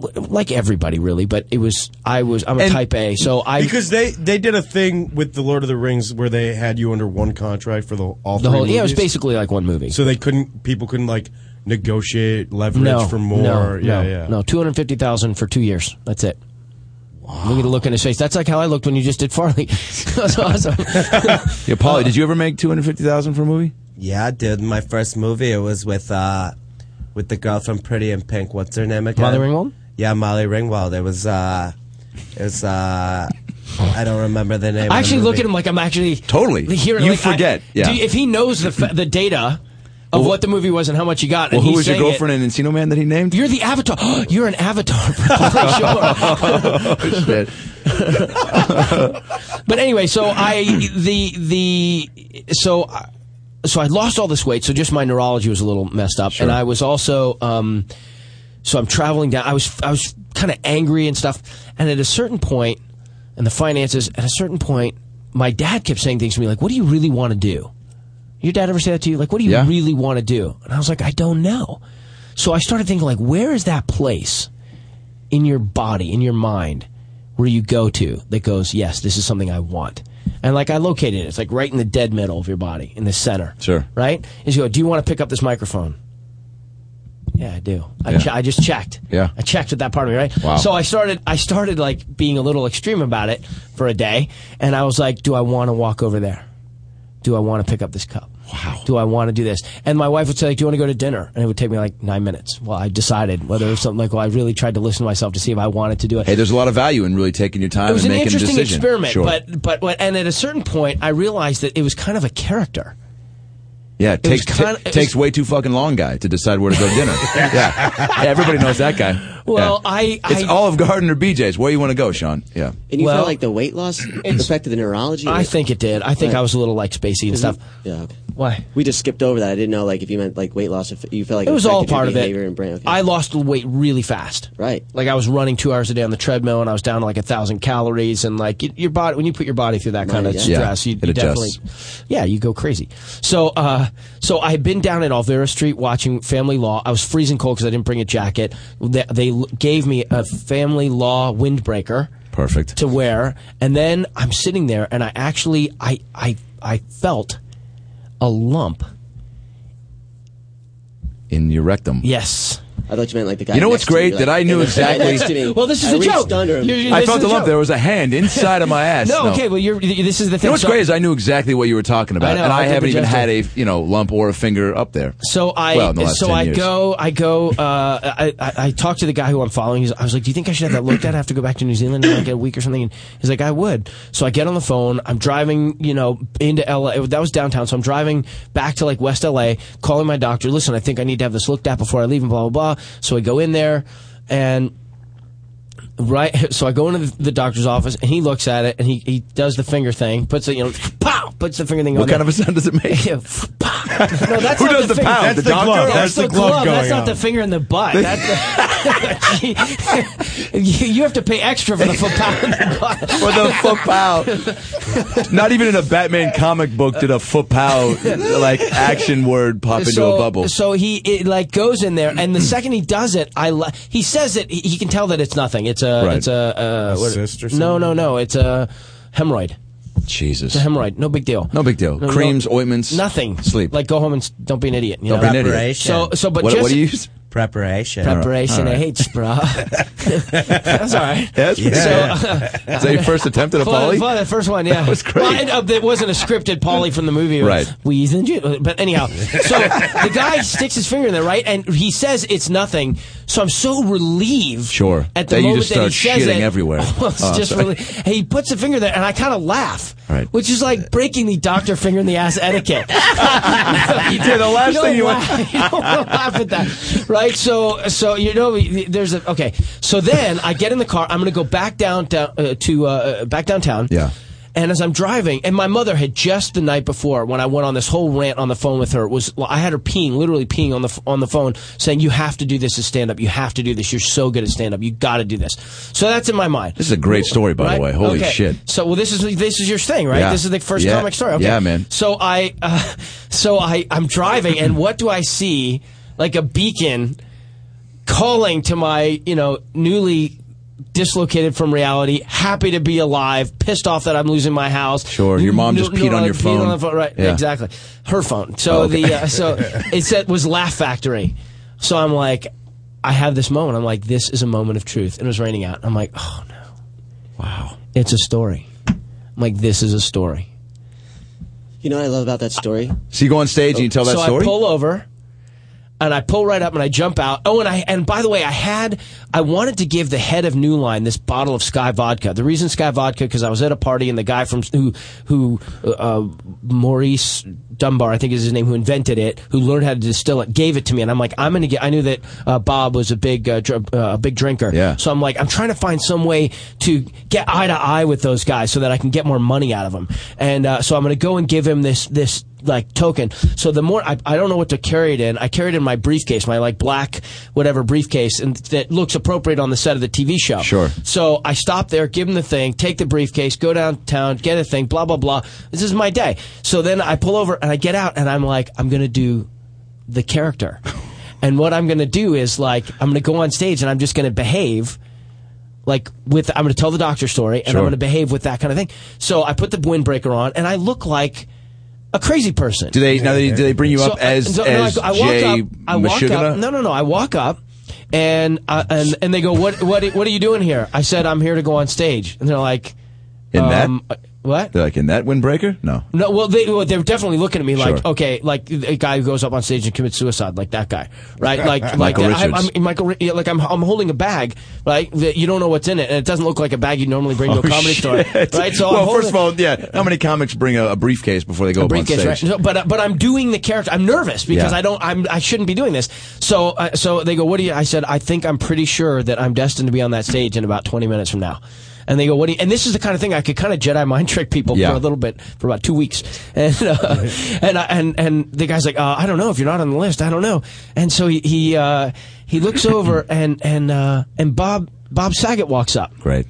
Speaker 7: Like everybody, really. But it was I was I'm a type A, so I
Speaker 4: because they they did a thing with the Lord of the Rings where they had you under one contract for the all
Speaker 7: The
Speaker 4: three
Speaker 7: whole- yeah, it was
Speaker 4: movies.
Speaker 7: basically like one movie.
Speaker 4: So they couldn't people couldn't like negotiate leverage
Speaker 7: no
Speaker 4: for more.
Speaker 7: No, no,
Speaker 4: yeah, yeah.
Speaker 7: no, two hundred fifty thousand for two years. That's it. Look at the look in his face. That's like how I looked when you just did Farley. That's awesome.
Speaker 3: yeah, Polly, did you ever make two hundred fifty thousand for a movie?
Speaker 5: Yeah, dude. My first movie it was with uh, with the girl from Pretty in Pink. What's her name again?
Speaker 7: Molly Ringwald?
Speaker 5: Yeah, Molly Ringwald. It was uh, it was uh, I don't remember the name.
Speaker 7: I actually
Speaker 5: of the
Speaker 7: look at
Speaker 5: movie.
Speaker 7: him like I'm actually
Speaker 3: totally
Speaker 7: here.
Speaker 5: You
Speaker 7: like, I-
Speaker 5: forget, yeah.
Speaker 7: do you- if he knows the fa- the data of what the movie was and how much you got,
Speaker 3: Well,
Speaker 7: and
Speaker 3: who
Speaker 7: he's
Speaker 3: was your
Speaker 7: saying it-
Speaker 3: girlfriend in Encino Man that he named?
Speaker 7: You're the avatar. You're an avatar. for sure.
Speaker 3: shit.
Speaker 7: but anyway, so I the the so I- so I lost all this weight. So just my neurology was a little messed up, and I was also um, so I'm traveling down. I was I was kind of angry and stuff. And at a certain point, and the finances. At a certain point, my dad kept saying things to me like, "What do you really want to do?" Your dad ever say that to you? Like, what do you
Speaker 3: Yeah.
Speaker 7: really want to do? And I was like, I don't know. So I started thinking, like, where is that place in your body, in your mind, where you go to that goes, yes, this is something I want? And like, I located it. It's like right in the dead middle of your body, in the center.
Speaker 3: Sure.
Speaker 7: Right? And you go, do you want to pick up this microphone? Yeah, I do. I,
Speaker 3: Yeah.
Speaker 7: che- I just checked.
Speaker 3: Yeah.
Speaker 7: I checked with that part of me, right?
Speaker 3: Wow.
Speaker 7: So I started, I started like being a little extreme about it for a day, and I was like, do I want to walk over there? Do I want to pick up this cup? Wow. Do I want to do this? And my wife would say, like, do you want to go to dinner? And it would take me like nine minutes. Well, I decided whether it was something like, well, I really tried to listen to myself to see if I wanted to do it.
Speaker 3: Hey, there's a lot of value in really taking your time
Speaker 7: it was
Speaker 3: and
Speaker 7: an
Speaker 3: making a
Speaker 7: interesting
Speaker 3: decision.
Speaker 7: experiment,
Speaker 3: Sure.
Speaker 7: but, but but and at a certain point, I realized that it was kind of a character.
Speaker 3: yeah, it,
Speaker 7: it was
Speaker 3: takes
Speaker 7: kinda-
Speaker 3: ta-
Speaker 7: it was-
Speaker 3: takes way too fucking long, guy, to decide where to go to dinner. yeah. yeah, everybody knows that guy.
Speaker 7: Well,
Speaker 3: Yeah.
Speaker 7: I-
Speaker 3: it's
Speaker 7: I-
Speaker 3: Olive Garden or BJ's. Where you want to go, Sean? Yeah,
Speaker 6: And you
Speaker 7: Well,
Speaker 6: felt like the weight loss affected the neurology?
Speaker 7: I think it did. I think
Speaker 6: Right.
Speaker 7: I was a little like spacey and
Speaker 6: Is it-
Speaker 7: stuff.
Speaker 6: Yeah. okay.
Speaker 7: Why?
Speaker 6: We just skipped over that. I didn't know like if you meant like weight loss. If you felt like
Speaker 7: It was all
Speaker 6: affected your
Speaker 7: part of it.
Speaker 6: behavior And brain. Okay.
Speaker 7: I lost weight really fast.
Speaker 6: Right.
Speaker 7: Like I was running two hours a day on the treadmill, and I was down to like a thousand calories. And like y- your body, when you put your body through that kind
Speaker 3: Right,
Speaker 7: of
Speaker 3: yeah.
Speaker 7: stress,
Speaker 3: Yeah,
Speaker 7: you,
Speaker 3: it
Speaker 7: you definitely,
Speaker 3: adjusts.
Speaker 7: yeah, you go crazy. So, uh, so I had been down at Alvera Street watching Family Law. I was freezing cold because I didn't bring a jacket. They, they l- gave me a Family Law windbreaker.
Speaker 3: Perfect.
Speaker 7: To wear, and then I'm sitting there, and I actually, I, I, I felt a lump.
Speaker 3: in your rectum.
Speaker 7: Yes.
Speaker 6: I thought you meant like the guy.
Speaker 3: You know what's
Speaker 6: next to
Speaker 3: great?
Speaker 6: like,
Speaker 3: That I
Speaker 6: the
Speaker 3: knew
Speaker 6: guy
Speaker 3: exactly-
Speaker 6: next to me.
Speaker 7: Well, this is
Speaker 6: I
Speaker 7: a
Speaker 6: reached
Speaker 7: joke.
Speaker 6: Under Oh, him.
Speaker 7: You're- you're-
Speaker 3: I
Speaker 7: this
Speaker 3: felt
Speaker 7: is
Speaker 3: the
Speaker 7: a
Speaker 3: lump.
Speaker 7: joke.
Speaker 3: There was a hand inside of my ass.
Speaker 7: No, okay, well, you're. This is the
Speaker 3: You
Speaker 7: thing.
Speaker 3: know what's
Speaker 7: So-
Speaker 3: great is I knew exactly what you were talking about,
Speaker 7: I know,
Speaker 3: and
Speaker 7: I
Speaker 3: I,
Speaker 7: did
Speaker 3: haven't
Speaker 7: the
Speaker 3: even
Speaker 7: gesture.
Speaker 3: had a you know lump or a finger up there.
Speaker 7: So I
Speaker 3: well, in the last
Speaker 7: so
Speaker 3: 10
Speaker 7: I
Speaker 3: years.
Speaker 7: go I go uh, I, I I talked to the guy who I'm following. He's, I was like, "Do you think I should have that looked at? I have to go back to New Zealand in like a week or something." And he's like, "I would." So I get on the phone. I'm driving, you know, into LA. That was downtown, so I'm driving back to like West LA, calling my doctor. Listen, I think I need to have this looked at before I leave, and blah blah blah. So I go in there, and right so i go into the, the doctor's office and he looks at it and he, he does the finger thing puts it you know pow puts the finger thing
Speaker 3: What
Speaker 7: on
Speaker 3: kind
Speaker 7: there.
Speaker 3: of a sound does it make?
Speaker 7: Yeah, pow. no that's
Speaker 3: Who
Speaker 7: not
Speaker 3: does the
Speaker 7: finger.
Speaker 3: pound? The That's the doctor? glove.
Speaker 7: that's,
Speaker 3: That's
Speaker 7: the,
Speaker 3: the
Speaker 7: glove,
Speaker 3: glove
Speaker 7: that's
Speaker 3: going
Speaker 7: not
Speaker 3: on.
Speaker 7: the finger in the butt that's the, you, you have to pay extra for the foot pound in the butt
Speaker 3: For the foot pound. Not even in a Batman comic book did a foot pow like action word pop into
Speaker 7: so,
Speaker 3: a bubble.
Speaker 7: So he it like goes in there, and the second he does it, I la- he says it. He, he can tell that it's nothing. It's a
Speaker 3: Right.
Speaker 7: it's a, uh,
Speaker 3: A
Speaker 7: what-
Speaker 3: cyst or
Speaker 7: no no no. It's a hemorrhoid.
Speaker 3: Jesus,
Speaker 7: it's a hemorrhoid. No big deal.
Speaker 3: No big deal.
Speaker 7: No,
Speaker 3: Creams,
Speaker 7: no-
Speaker 3: ointments,
Speaker 7: nothing. Sleep. Like go home and s- don't be an idiot. You
Speaker 3: Don't
Speaker 7: know?
Speaker 3: be an idiot.
Speaker 7: So so but
Speaker 3: What-
Speaker 7: just
Speaker 3: what do you use?
Speaker 5: Preparation.
Speaker 7: preparation
Speaker 3: All right.
Speaker 7: hates, bro. That's all right.
Speaker 3: Yeah, that's pretty
Speaker 7: So, uh,
Speaker 3: good. Is that your first attempt at a
Speaker 7: For-
Speaker 3: poly?
Speaker 7: for the first one, yeah.
Speaker 3: That was great.
Speaker 7: Well, it, uh, it wasn't a scripted poly from the movie.
Speaker 3: Right.
Speaker 7: Wheeze and Jew. But anyhow, so the guy sticks his finger in there, right? And he says it's nothing. So I'm so relieved.
Speaker 3: Sure.
Speaker 7: At the
Speaker 3: That you
Speaker 7: moment
Speaker 3: just
Speaker 7: that he
Speaker 3: start
Speaker 7: says
Speaker 3: shitting
Speaker 7: it,
Speaker 3: everywhere.
Speaker 7: almost
Speaker 3: Oh, I'm
Speaker 7: just
Speaker 3: sorry.
Speaker 7: really, he puts a finger there, and I kind of laugh.
Speaker 3: Right.
Speaker 7: Which is like breaking the doctor finger in the ass etiquette. yeah,
Speaker 3: the last thing you want-
Speaker 7: laugh, you don't laugh at that, right? So, so you know, there's a okay. So then I get in the car. I'm going to go back down, down uh, to uh, back downtown. Yeah. And as I'm driving, and my mother had just the night before when I went on this whole rant on the phone with her was I had her peeing, literally peeing on the f- on the phone, saying you have to do this as stand up, you have to do this, you're so good at stand up, you got to do this. So that's in my mind.
Speaker 3: This is a great story, by the
Speaker 7: Right?
Speaker 3: way. Holy
Speaker 7: Okay.
Speaker 3: shit.
Speaker 7: So well, this is this is your thing, right?
Speaker 3: Yeah.
Speaker 7: This is the first
Speaker 3: Yeah.
Speaker 7: comic story. Okay.
Speaker 3: Yeah, man.
Speaker 7: So I, uh, so I, I'm driving, and what do I see? Like a beacon calling to my, you know, newly dislocated from reality, happy to be alive, pissed off that I'm losing my house.
Speaker 3: Sure, your mom just peed on
Speaker 7: I
Speaker 3: your phone.
Speaker 7: on the right?
Speaker 3: Yeah.
Speaker 7: Exactly, her phone. So
Speaker 3: Oh, okay.
Speaker 7: the uh, so it said was Laugh Factory. So I'm like, I have this moment. I'm like, this is a moment of truth. And it was raining out. I'm like, oh no, wow, it's a story. I'm like, this is a story.
Speaker 6: You know what I love about that story?
Speaker 3: So you go on stage and you tell that
Speaker 7: so
Speaker 3: story?
Speaker 7: I pull over. and I pull right up and I jump out. Oh, and I and by the way, I had I wanted to give the head of New Line this bottle of Sky Vodka. The reason Sky Vodka because I was at a party and the guy from who who uh, Maurice Dunbar I think is his name who invented it, who learned how to distill it, gave it to me, and I'm like I'm gonna get. I knew that uh, Bob was a big uh, dr- uh, a big drinker, yeah. So I'm like I'm trying to find some way to get eye to eye with those guys so that I can get more money out of them, and uh, so I'm gonna go and give him this this like token. So the more I, I don't know what to carry it in. I carried it in my briefcase, my like black whatever briefcase, and that looks appropriate on the set of the TV show.
Speaker 3: Sure.
Speaker 7: So I stop there, give him the thing, take the briefcase, go downtown, get a thing, blah blah blah. This is my day. So then I pull over and I get out and I'm like, I'm gonna do the character, and what I'm gonna do is like I'm gonna go on stage and I'm just gonna behave like with I'm going to tell the doctor story and I'm
Speaker 17: Sure.
Speaker 7: going to behave with that kind of thing. So I put the windbreaker on and I look like a crazy person.
Speaker 3: Do they- now they- do they bring you up as- as Jay
Speaker 7: I walk
Speaker 3: Meshuggah?
Speaker 7: up. No, no, no. I walk up. And uh, and and they go, what what what are you doing here? I said I'm here to go on stage, and they're like,
Speaker 3: In
Speaker 7: um,
Speaker 3: that?
Speaker 7: What?
Speaker 3: They're like, in that windbreaker? No.
Speaker 7: No, well, they well, they're definitely looking at me like,
Speaker 3: Sure.
Speaker 7: okay, like a guy who goes up on stage and commits suicide, like that guy, right? Like, like
Speaker 3: Michael
Speaker 7: that. I,
Speaker 3: Richards.
Speaker 7: I'm Michael, Ri- yeah, like I'm, I'm holding a bag, right? That you don't know what's in it, and it doesn't look like a bag you normally bring to a comedy store,
Speaker 3: Oh, shit.
Speaker 7: right? I'm
Speaker 3: well,
Speaker 7: holding-
Speaker 3: first of all, yeah. How many comics bring a, a briefcase before they go up on
Speaker 7: briefcase,
Speaker 3: stage?
Speaker 7: right? So- but uh, but I'm doing the character. I'm nervous because
Speaker 3: Yeah.
Speaker 7: I don't. I'm I shouldn't be doing this. So uh, so they go, what do you? I said, I think I'm pretty sure that I'm destined to be on that stage in about 20 minutes from now. And they go, what do you? And this is the kind of thing I could kind of Jedi mind trick people
Speaker 3: Yeah.
Speaker 7: for a little bit for about two weeks. And uh, and I- and and the guy's like, uh, I don't know if you're not on the list. I don't know. And so he he uh, he looks over and and uh, and Bob Bob Saget walks up.
Speaker 3: Great.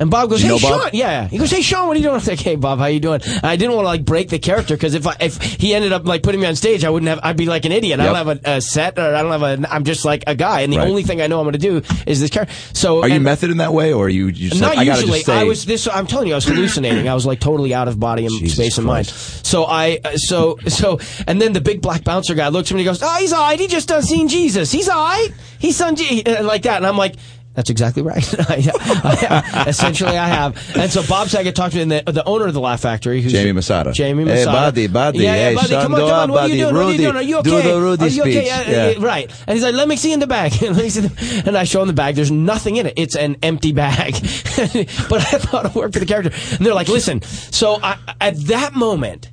Speaker 7: And Bob goes, "Hey,
Speaker 3: You know Bob?
Speaker 7: Sean." Yeah, he goes, "Hey, Sean, what are you doing?" I'm like, "Hey, Bob, how you doing?" And I didn't want to like break the character because if I, if he ended up like putting me on stage, I wouldn't have. I'd be like an idiot. I
Speaker 3: Yep.
Speaker 7: don't have a, a set, or I don't have a. I'm just like a guy, and the
Speaker 3: Right.
Speaker 7: only thing I know I'm going to do is this character. So
Speaker 3: Are you
Speaker 7: and-
Speaker 3: method in that way, or are you you just
Speaker 7: not
Speaker 3: like, I gotta
Speaker 7: usually.
Speaker 3: just say,
Speaker 7: I was this. I'm telling you, I was hallucinating. I was like totally out of body and space and mind. So I, uh, so so, and then the big black bouncer guy looks at me and he goes, "Oh, he's all right. He just done seen Jesus. He's all right. He's son Je-, and like that." And I'm like. That's exactly right. I- I- essentially, I have. And so Bob Saget talked to me, and the, the owner of the Laugh Factory, who's
Speaker 3: Jamie Masada.
Speaker 7: Jamie
Speaker 3: Hey,
Speaker 7: Masada.
Speaker 3: buddy, buddy.
Speaker 7: Yeah, yeah,
Speaker 3: Hey,
Speaker 7: buddy.
Speaker 3: son,
Speaker 7: Come on,
Speaker 3: go
Speaker 7: come
Speaker 3: out,
Speaker 7: on. What are
Speaker 3: buddy.
Speaker 7: you doing? What are you
Speaker 3: Rudy,
Speaker 7: doing? Are you okay?
Speaker 3: do the Rudy
Speaker 7: are you
Speaker 3: speech.
Speaker 7: okay? Yeah, yeah,
Speaker 3: Yeah.
Speaker 7: Right. And he's like, let me see in the bag. Let me see the- and I show him the bag. There's nothing in it. It's an empty bag. but I thought it worked for the character. And they're like, listen. So I, at that moment,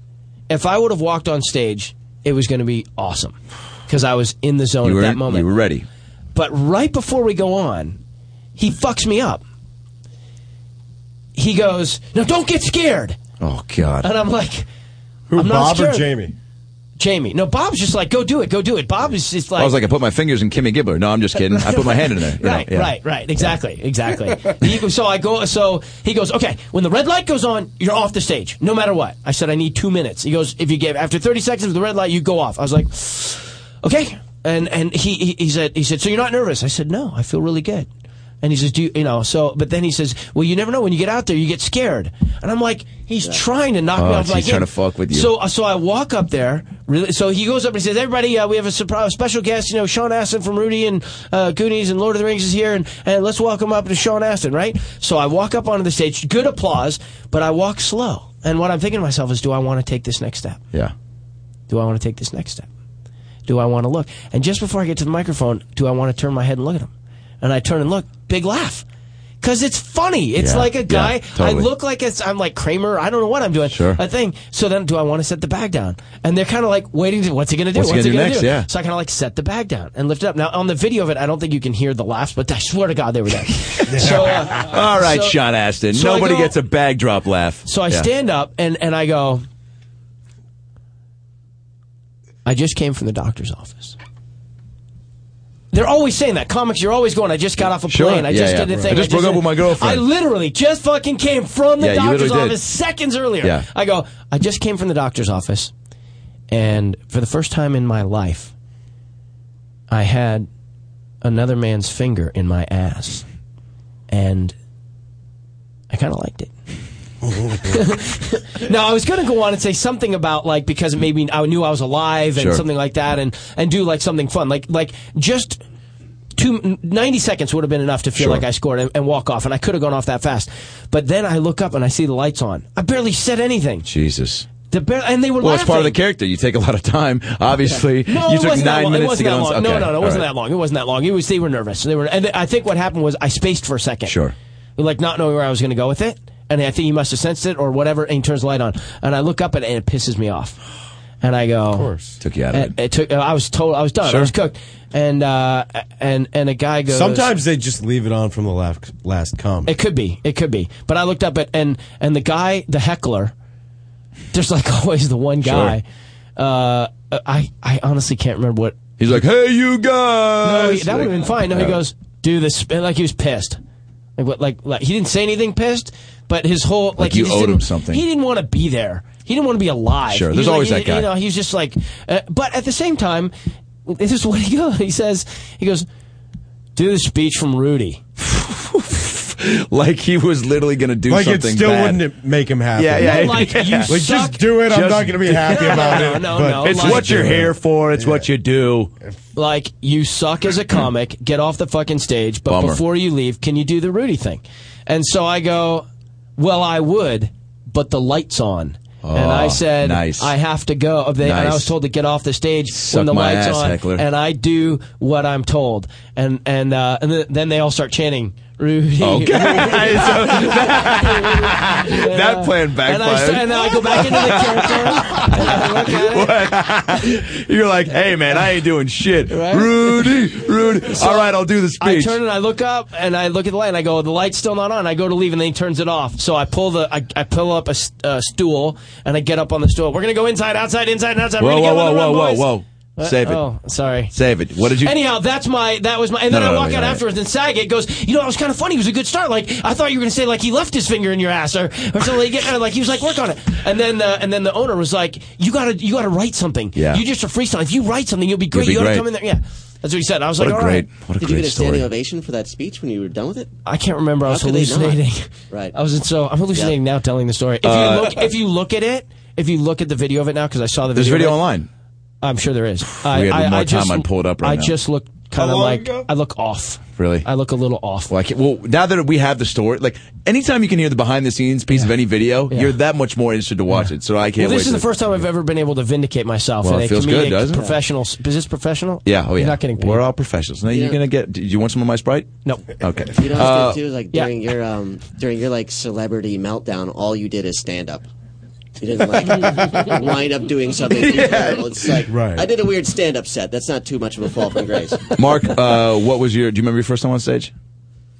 Speaker 7: if I would have walked on stage, it was going to be awesome because I was in the zone
Speaker 3: you were
Speaker 7: at that moment.
Speaker 3: you were ready.
Speaker 7: But right before we go on, he fucks me up. He goes, no, don't get scared.
Speaker 3: Oh God.
Speaker 7: And I'm like,
Speaker 4: Who,
Speaker 7: I'm not
Speaker 4: Bob or
Speaker 7: scared.
Speaker 4: Jamie?
Speaker 7: Jamie. No, Bob's just like, go do it, go do it. Bob is just like,
Speaker 3: I was like, I put my fingers in Kimmy Gibbler. No, I'm just kidding. I put my hand in there. you know,
Speaker 7: right,
Speaker 3: yeah.
Speaker 7: right, right. Exactly, exactly. He- so I go. So he goes. Okay, when the red light goes on, you're off the stage, no matter what. I said I need two minutes. He goes. If you give after 30 seconds of the red light, you go off. I was like, okay. And and he he, he said he said so you're not nervous. I said no, I feel really good. And he says, do you, you know, so, but then he says, well, you never know when you get out there, you get scared. And I'm like, he's trying to knock me
Speaker 3: Oh,
Speaker 7: off
Speaker 3: so
Speaker 7: my
Speaker 3: he's trying
Speaker 7: game.
Speaker 3: to fuck with you.
Speaker 7: So so uh, so I walk up there. Really, so he goes up and he says, "Everybody, uh, we have a surprise, special guest. You know, Sean Astin from Rudy and uh, Goonies and Lord of the Rings is here, and, and let's welcome up to Sean Astin, right?" So I walk up onto the stage, good applause, but I walk slow. And what I'm thinking to myself is, do I want to take this next step?
Speaker 3: Yeah.
Speaker 7: Do I want to take this next step? Do I want to look? And just before I get to the microphone, do I want to turn my head and look at him? And I turn and look, big laugh. Cause it's funny. It's
Speaker 3: Yeah,
Speaker 7: like a guy.
Speaker 3: yeah, totally.
Speaker 7: I look like it's, I'm like Kramer. I don't know what I'm doing.
Speaker 3: Sure.
Speaker 7: A thing. So then, do I want to set the bag down? And they're kind of like waiting. To, what's he going to do?
Speaker 3: What's he gonna do
Speaker 7: gonna
Speaker 3: next? Yeah.
Speaker 7: So I kind of like set the bag down and lift it up. Now on the video of it, I don't think you can hear the laughs, but I swear to God, they were there. so, uh,
Speaker 3: All right,
Speaker 7: so-
Speaker 3: Sean Astin.
Speaker 7: so I
Speaker 3: Nobody
Speaker 7: go-
Speaker 3: gets a bag drop laugh.
Speaker 7: so I
Speaker 3: Yeah.
Speaker 7: stand up and, and I go, I just came from the doctor's office. They're always saying that. Comics, you're always going, I just got off a plane.
Speaker 3: Sure.
Speaker 7: I
Speaker 3: Yeah,
Speaker 7: just
Speaker 3: yeah.
Speaker 7: did a
Speaker 3: Right.
Speaker 7: thing.
Speaker 3: I just broke up
Speaker 7: did-"
Speaker 3: with my girlfriend.
Speaker 7: I literally just fucking came from the
Speaker 3: Yeah, you
Speaker 7: doctor's
Speaker 3: literally did.
Speaker 7: office seconds earlier.
Speaker 3: Yeah.
Speaker 7: I go, I just came from the doctor's office, and for the first time in my life, I had another man's finger in my ass. And I kind of liked it. no, I was going to go on and say something about like because it made me I knew I was alive and
Speaker 3: Sure.
Speaker 7: something like that and and do like something fun like like just two, 90 seconds would have been enough to feel
Speaker 3: Sure.
Speaker 7: like I scored and, and walk off and I could have gone off that fast. But then I look up and I see the lights on. I barely said anything.
Speaker 3: Jesus.
Speaker 7: The bear, and they were
Speaker 3: Well, it's
Speaker 7: laughing.
Speaker 3: part of the character. You take a lot of time. Obviously,
Speaker 7: No,
Speaker 3: you
Speaker 7: it
Speaker 3: took
Speaker 7: wasn't that
Speaker 3: nine
Speaker 7: long. it
Speaker 3: minutes
Speaker 7: wasn't
Speaker 3: to get
Speaker 7: that
Speaker 3: on.
Speaker 7: long.
Speaker 3: Okay,
Speaker 7: No, no, no, it
Speaker 3: all
Speaker 7: wasn't
Speaker 3: right.
Speaker 7: that long. It wasn't that long. It was they were nervous. They were, and I think what happened was I spaced for a second.
Speaker 3: Sure.
Speaker 7: Like not knowing where I was going to go with it, and I think he must have sensed it or whatever. And he turns the light on, and I look up and, and it pisses me off, and I go, "Of course,
Speaker 3: took you out of it."
Speaker 7: It took. I was told I was done.
Speaker 4: Sure.
Speaker 7: I was cooked. And uh, and and a guy goes.
Speaker 4: Sometimes they just leave it on from the last last comment.
Speaker 7: It could be. It could be. But I looked up at and and the guy, the heckler, there's like always the one guy. Uh, I I honestly can't remember what
Speaker 3: he's like. Hey, you guys.
Speaker 7: No, he- that would have been fine. No, he
Speaker 3: Oh, Yeah.
Speaker 7: goes, do this. and, Like he was pissed. Like what? Like, like he didn't say anything pissed, but his whole like,
Speaker 3: Like
Speaker 7: he
Speaker 3: you
Speaker 7: just
Speaker 3: owed
Speaker 7: didn't-
Speaker 3: him something.
Speaker 7: He didn't want to be there. He didn't want to be alive.
Speaker 3: Sure,
Speaker 7: He was
Speaker 3: there's
Speaker 7: like-
Speaker 3: always
Speaker 7: he-
Speaker 3: that guy.
Speaker 7: You know, he was just like. Uh, but at the same time, this is what he goes. He says, he goes, do the speech from Rudy.
Speaker 3: Like he was literally going to do
Speaker 4: like it
Speaker 3: something
Speaker 4: still
Speaker 3: bad.
Speaker 4: wouldn't make him happy.
Speaker 3: Yeah, yeah.
Speaker 4: Like,
Speaker 3: yeah.
Speaker 4: just do it. I'm not going to be happy about it. but
Speaker 3: It's
Speaker 4: just
Speaker 3: what you're
Speaker 4: do it.
Speaker 3: here for. It's what you do.
Speaker 7: like you suck as a comic get off the fucking stage but
Speaker 3: Bummer.
Speaker 7: before you leave can you do the rudy thing and so i go well i would but the lights on and I
Speaker 3: Oh,
Speaker 7: said,
Speaker 3: nice.
Speaker 7: I have to go. Of the- And I
Speaker 3: Nice.
Speaker 7: was told to get off the stage when
Speaker 3: Suck
Speaker 7: the
Speaker 3: my
Speaker 7: lights
Speaker 3: ass,
Speaker 7: on,
Speaker 3: heckler.
Speaker 7: and I do what I'm told. And and uh, and th- then they all start chanting, Rudy.
Speaker 3: Okay. So that, that plan
Speaker 7: And I,
Speaker 3: backfired.
Speaker 7: st- and I go back into the
Speaker 3: You're like, hey man, I ain't doing shit. Rudy, Rudy.
Speaker 7: So
Speaker 3: All right, I'll do the
Speaker 7: I
Speaker 3: speech.
Speaker 7: turn and I look up and I look at the light and I go, the light's still not on. I go to leave and then he turns it off. So I pull the, I, I pull up a s- uh, stool and I get up on the stool. We're gonna go inside, outside, inside, and outside. We're
Speaker 3: whoa,
Speaker 7: gonna
Speaker 3: whoa,
Speaker 7: get
Speaker 3: whoa,
Speaker 7: on the
Speaker 3: whoa,
Speaker 7: run,
Speaker 3: whoa,
Speaker 7: boys.
Speaker 3: whoa,
Speaker 4: Uh,
Speaker 7: What?
Speaker 3: Save it.
Speaker 7: Oh, sorry.
Speaker 3: Save it. What did you?
Speaker 7: Anyhow, that's my that was my, and
Speaker 3: No,
Speaker 7: then
Speaker 3: no,
Speaker 7: I
Speaker 3: no,
Speaker 7: walk
Speaker 3: wait,
Speaker 7: out
Speaker 3: wait.
Speaker 7: afterwards, and Saget goes, you know, it was kind of funny. It was a good start. Like I thought you were going to say like he left his finger in your ass or or something. Like, that. like he was like work on it, and then uh, and then the owner was like, you gotta you gotta write something.
Speaker 3: Yeah.
Speaker 7: You just are freestyle. If you write something, you'll be
Speaker 3: You'll
Speaker 7: great.
Speaker 3: be
Speaker 7: you ought
Speaker 3: great.
Speaker 7: to come in there. Yeah. That's what he said. I was
Speaker 3: What
Speaker 7: like,
Speaker 3: a
Speaker 7: all
Speaker 3: great-
Speaker 7: right.
Speaker 3: what a
Speaker 6: Did you
Speaker 3: great
Speaker 6: get a standing
Speaker 3: story.
Speaker 6: ovation for that speech when you were done with it?
Speaker 7: I can't remember. I
Speaker 6: How
Speaker 7: was
Speaker 6: could they not?
Speaker 7: hallucinating.
Speaker 6: Right.
Speaker 7: I was in, so I'm hallucinating now telling the story. If
Speaker 3: Uh,
Speaker 7: you look, if you look at it, if you look at the video of it now, because I saw the
Speaker 3: There's
Speaker 7: video.
Speaker 3: video
Speaker 7: of it,
Speaker 3: online.
Speaker 7: I'm sure there is. I,
Speaker 3: we had
Speaker 7: I,
Speaker 3: more
Speaker 7: I just,
Speaker 3: time, I'd pull it up right
Speaker 7: I
Speaker 3: now.
Speaker 7: just look kind of like I look off.
Speaker 3: Really?
Speaker 7: I look a little off.
Speaker 3: Well, I can't, well, now that we have the story, like anytime you can hear the behind the scenes piece of any video, you're that much more interested to watch it. So I can't
Speaker 7: well,
Speaker 3: wait.
Speaker 7: this is
Speaker 3: to-
Speaker 7: the first time I've ever been able to vindicate myself
Speaker 3: Well,
Speaker 7: in
Speaker 3: it
Speaker 7: a
Speaker 3: feels
Speaker 7: comedic
Speaker 3: good, doesn't it?
Speaker 7: professional. Is this professional?
Speaker 3: Yeah, oh yeah.
Speaker 7: You're not getting paid.
Speaker 3: We're all professionals. Now you're
Speaker 6: Yeah.
Speaker 3: gonna get. Do you want some of my sprite?
Speaker 7: No.
Speaker 3: Okay.
Speaker 6: You know,
Speaker 3: Uh,
Speaker 6: uh, too, like during your um, during your like celebrity meltdown, all you did is stand up. You didn't like wind up doing something. incredible. It's like
Speaker 3: Right.
Speaker 6: I did a weird stand up set. That's not too much of a fall from grace.
Speaker 3: Mark, uh, what was your? Do you remember your first time on stage?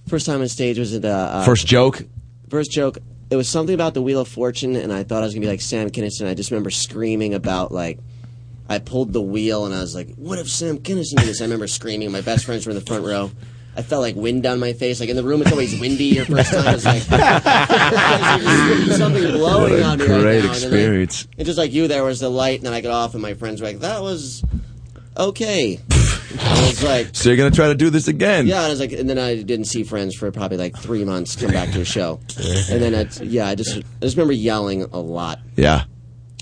Speaker 6: First time on stage was at uh, uh,
Speaker 3: First joke.
Speaker 6: first joke. It was something about the Wheel of Fortune, and I thought I was gonna be like Sam Kinison. I just remember screaming about like. I pulled the wheel and I was like, "What if Sam Kinison did this?" I remember screaming. My best friends were in the front row. I felt like wind down my face. Like in the room, it's always windy. Your first time, it's like something blowing
Speaker 3: What a
Speaker 6: on me right now.
Speaker 3: great
Speaker 6: And then, like,
Speaker 3: experience.
Speaker 6: and just like you, there was the light, and then I got off, and my friends were like, "That was okay." I was like,
Speaker 3: So you're gonna try to do this again?
Speaker 6: "Yeah," and I was like, and then I didn't see friends for probably like three months. Come back to a show, and then I, yeah, I just I just remember yelling a lot.
Speaker 3: Yeah.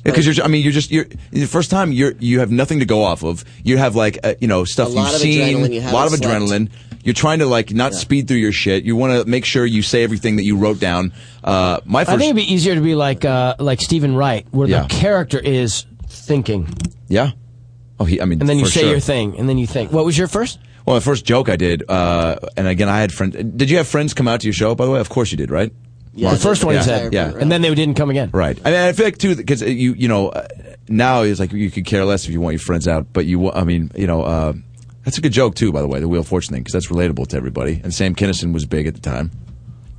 Speaker 3: Because you're, I mean, you're just you're the first time you're you have nothing to go off of. You have like uh, you know stuff
Speaker 6: A lot
Speaker 3: you've
Speaker 6: of
Speaker 3: seen,
Speaker 6: adrenaline, you
Speaker 3: a lot of
Speaker 6: haven't slept.
Speaker 3: adrenaline. You're trying to like not
Speaker 6: Yeah.
Speaker 3: speed through your shit. You want to make sure you say everything that you wrote down. Uh, my
Speaker 7: I
Speaker 3: first,
Speaker 7: think it'd be easier to be like uh, like Stephen Wright, where
Speaker 3: Yeah.
Speaker 7: the character is thinking,
Speaker 3: yeah. Oh, he, I mean,
Speaker 7: and then you
Speaker 3: for
Speaker 7: say
Speaker 3: sure.
Speaker 7: your thing, and then you think, "What was your first?
Speaker 3: Well, the first joke I did, uh, and again, I had friends. Did you have friends come out to your show? By the way, of course you did, right?
Speaker 7: Yeah, the first one
Speaker 3: yeah,
Speaker 7: he said,
Speaker 3: yeah.
Speaker 7: and then they didn't come again.
Speaker 3: Right. I mean, I feel like too because you you know uh, now it's like you could care less if you want your friends out, but you wa- I mean you know uh, that's a good joke too by the way the Wheel of Fortune thing because that's relatable to everybody. And Sam Kinison was big at the time.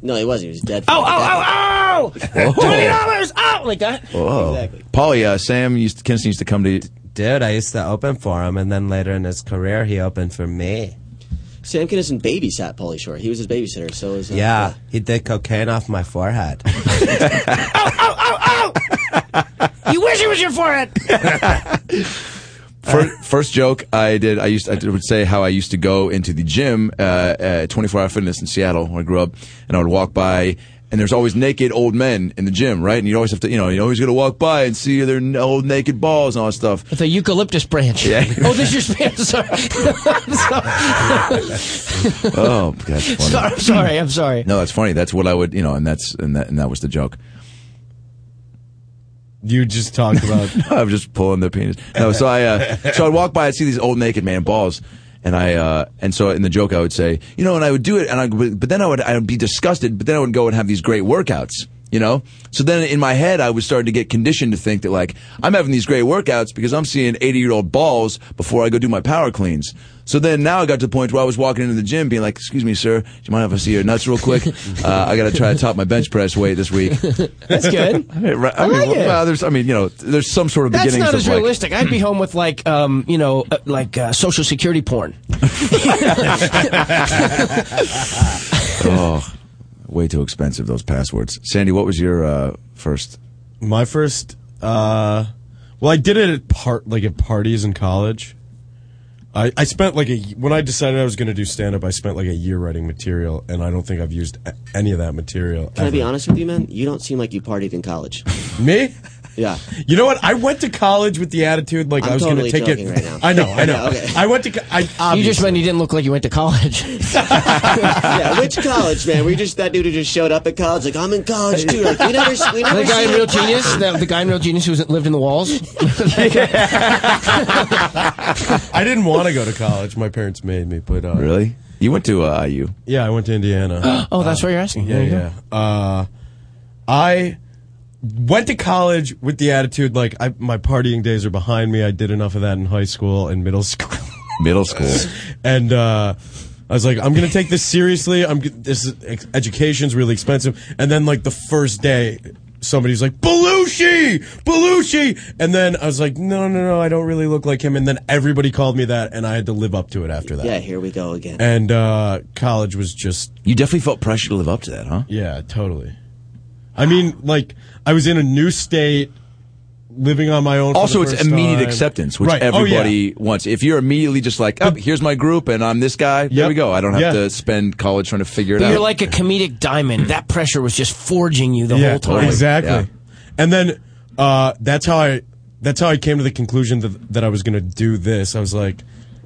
Speaker 6: No, he wasn't. He was dead.
Speaker 7: Oh, oh, oh, oh! Twenty dollars out like that.
Speaker 3: Oh,
Speaker 5: Exactly.
Speaker 3: Paulie, uh, Sam used Kinison used to come to.
Speaker 5: Dude, I used to open for him, and then later in his career, he opened for me.
Speaker 6: Sam Kinison babysat Pauly Shore. He was his babysitter, so it was uh,
Speaker 5: Yeah, he did cocaine off my forehead.
Speaker 3: Oh,
Speaker 7: You wish it was your forehead.
Speaker 3: First, first joke I did, I used I would say how I used to go into the gym uh, at 24 Hour Fitness in Seattle where I grew up, and I would walk by, and there's always naked old men in the gym, right? And you always have to, you know, you always got to walk by and see their n- old naked balls and all that stuff.
Speaker 7: It's a eucalyptus branch.
Speaker 3: Yeah.
Speaker 7: oh, this is your sponsor. sorry.
Speaker 3: oh, that's
Speaker 7: Sorry,
Speaker 3: funny.
Speaker 7: I'm sorry. I'm sorry.
Speaker 3: No, that's funny. That's what I would, you know, and that's and that and that was the joke.
Speaker 4: You just talked about.
Speaker 3: I'm just pulling their penis. No, so I uh, so I'd walk by, I'd see these old naked man balls, and I uh, and so in the joke I would say, you know, and I would do it, and I would, but then I would I would be disgusted, but then I would go and have these great workouts. You know, so then in my head I was starting to get conditioned to think that like I'm having these great workouts because I'm seeing 80 year old balls before I go do my power cleans. So then now I got to the point where I was walking into the gym being like, "Excuse me, sir, do you mind if I see your nuts real quick? Uh, I got to try to top my bench press weight this week."
Speaker 7: That's good.
Speaker 3: I mean, right- I
Speaker 7: I
Speaker 3: mean,
Speaker 7: like it.
Speaker 3: well, there's, I mean, you know, there's some sort of
Speaker 7: That's
Speaker 3: beginnings
Speaker 7: not
Speaker 3: of
Speaker 7: as
Speaker 3: like,
Speaker 7: realistic. I'd be home with like, um, you know, uh, like uh, social security porn.
Speaker 3: oh, way too expensive those passwords. Sandy, what was your uh, first?
Speaker 4: My first, uh, well, I did it at part like at parties in college. I, I spent like a when I decided I was going to do stand up. I spent like a year writing material, and I don't think I've used a- any of that material.
Speaker 6: Can I be
Speaker 4: ever.
Speaker 6: honest with you, man? You don't seem like you partied in college.
Speaker 4: Me?
Speaker 6: Yeah.
Speaker 4: You know what? I went to college with the attitude like
Speaker 6: I'm
Speaker 4: i was
Speaker 6: totally
Speaker 4: going to take it.
Speaker 6: joking right now.
Speaker 4: I know, I know.
Speaker 6: Yeah, okay.
Speaker 4: I went to. co- I
Speaker 7: You just
Speaker 4: obviously-
Speaker 7: meant you didn't look like you went to college.
Speaker 6: yeah, which college, man? Were you just that dude who just showed up at college? Like, I'm in college too. Like, we never, we never
Speaker 7: the guy
Speaker 6: seen
Speaker 7: in Real
Speaker 6: you.
Speaker 7: Genius, the, the guy in Real Genius who was, lived in the walls.
Speaker 4: I didn't want to go to college. My parents made me, but uh,
Speaker 3: Really? You went to uh, IU?
Speaker 4: Yeah, I went to Indiana.
Speaker 7: oh, that's what you're asking.
Speaker 4: Yeah,
Speaker 7: There you go.
Speaker 4: yeah. Uh, I went to college with the attitude like I, my partying days are behind me. I did enough of that in high school and middle school.
Speaker 3: Middle school.
Speaker 4: and uh, I was like, I'm gonna take this seriously. I'm g- this is, ex- education's really expensive. And then like the first day, somebody's like Belushi, Belushi, and then I was like, no, no, no, I don't really look like him. And then everybody called me that, and I had to live up to it after that.
Speaker 6: Yeah, here we go again.
Speaker 4: And uh, college was just.
Speaker 3: You definitely felt pressure to live up to that, huh?
Speaker 4: Yeah, totally. I mean, like, I was in a new state, living on my own. for
Speaker 3: Also,
Speaker 4: the
Speaker 3: it's
Speaker 4: first
Speaker 3: immediate
Speaker 4: time.
Speaker 3: acceptance, which
Speaker 4: Right. Oh, yeah.
Speaker 3: everybody wants. If you're immediately just like, oh, here's my group and I'm this guy, there we go. I don't have
Speaker 7: Yeah.
Speaker 3: to spend college trying to figure it
Speaker 7: But
Speaker 3: out.
Speaker 7: you're like a comedic diamond. That pressure was just forging you the
Speaker 4: yeah,
Speaker 7: whole time.
Speaker 4: Exactly. And then uh, that's how I that's how I came to the conclusion that that I was going to do this. I was like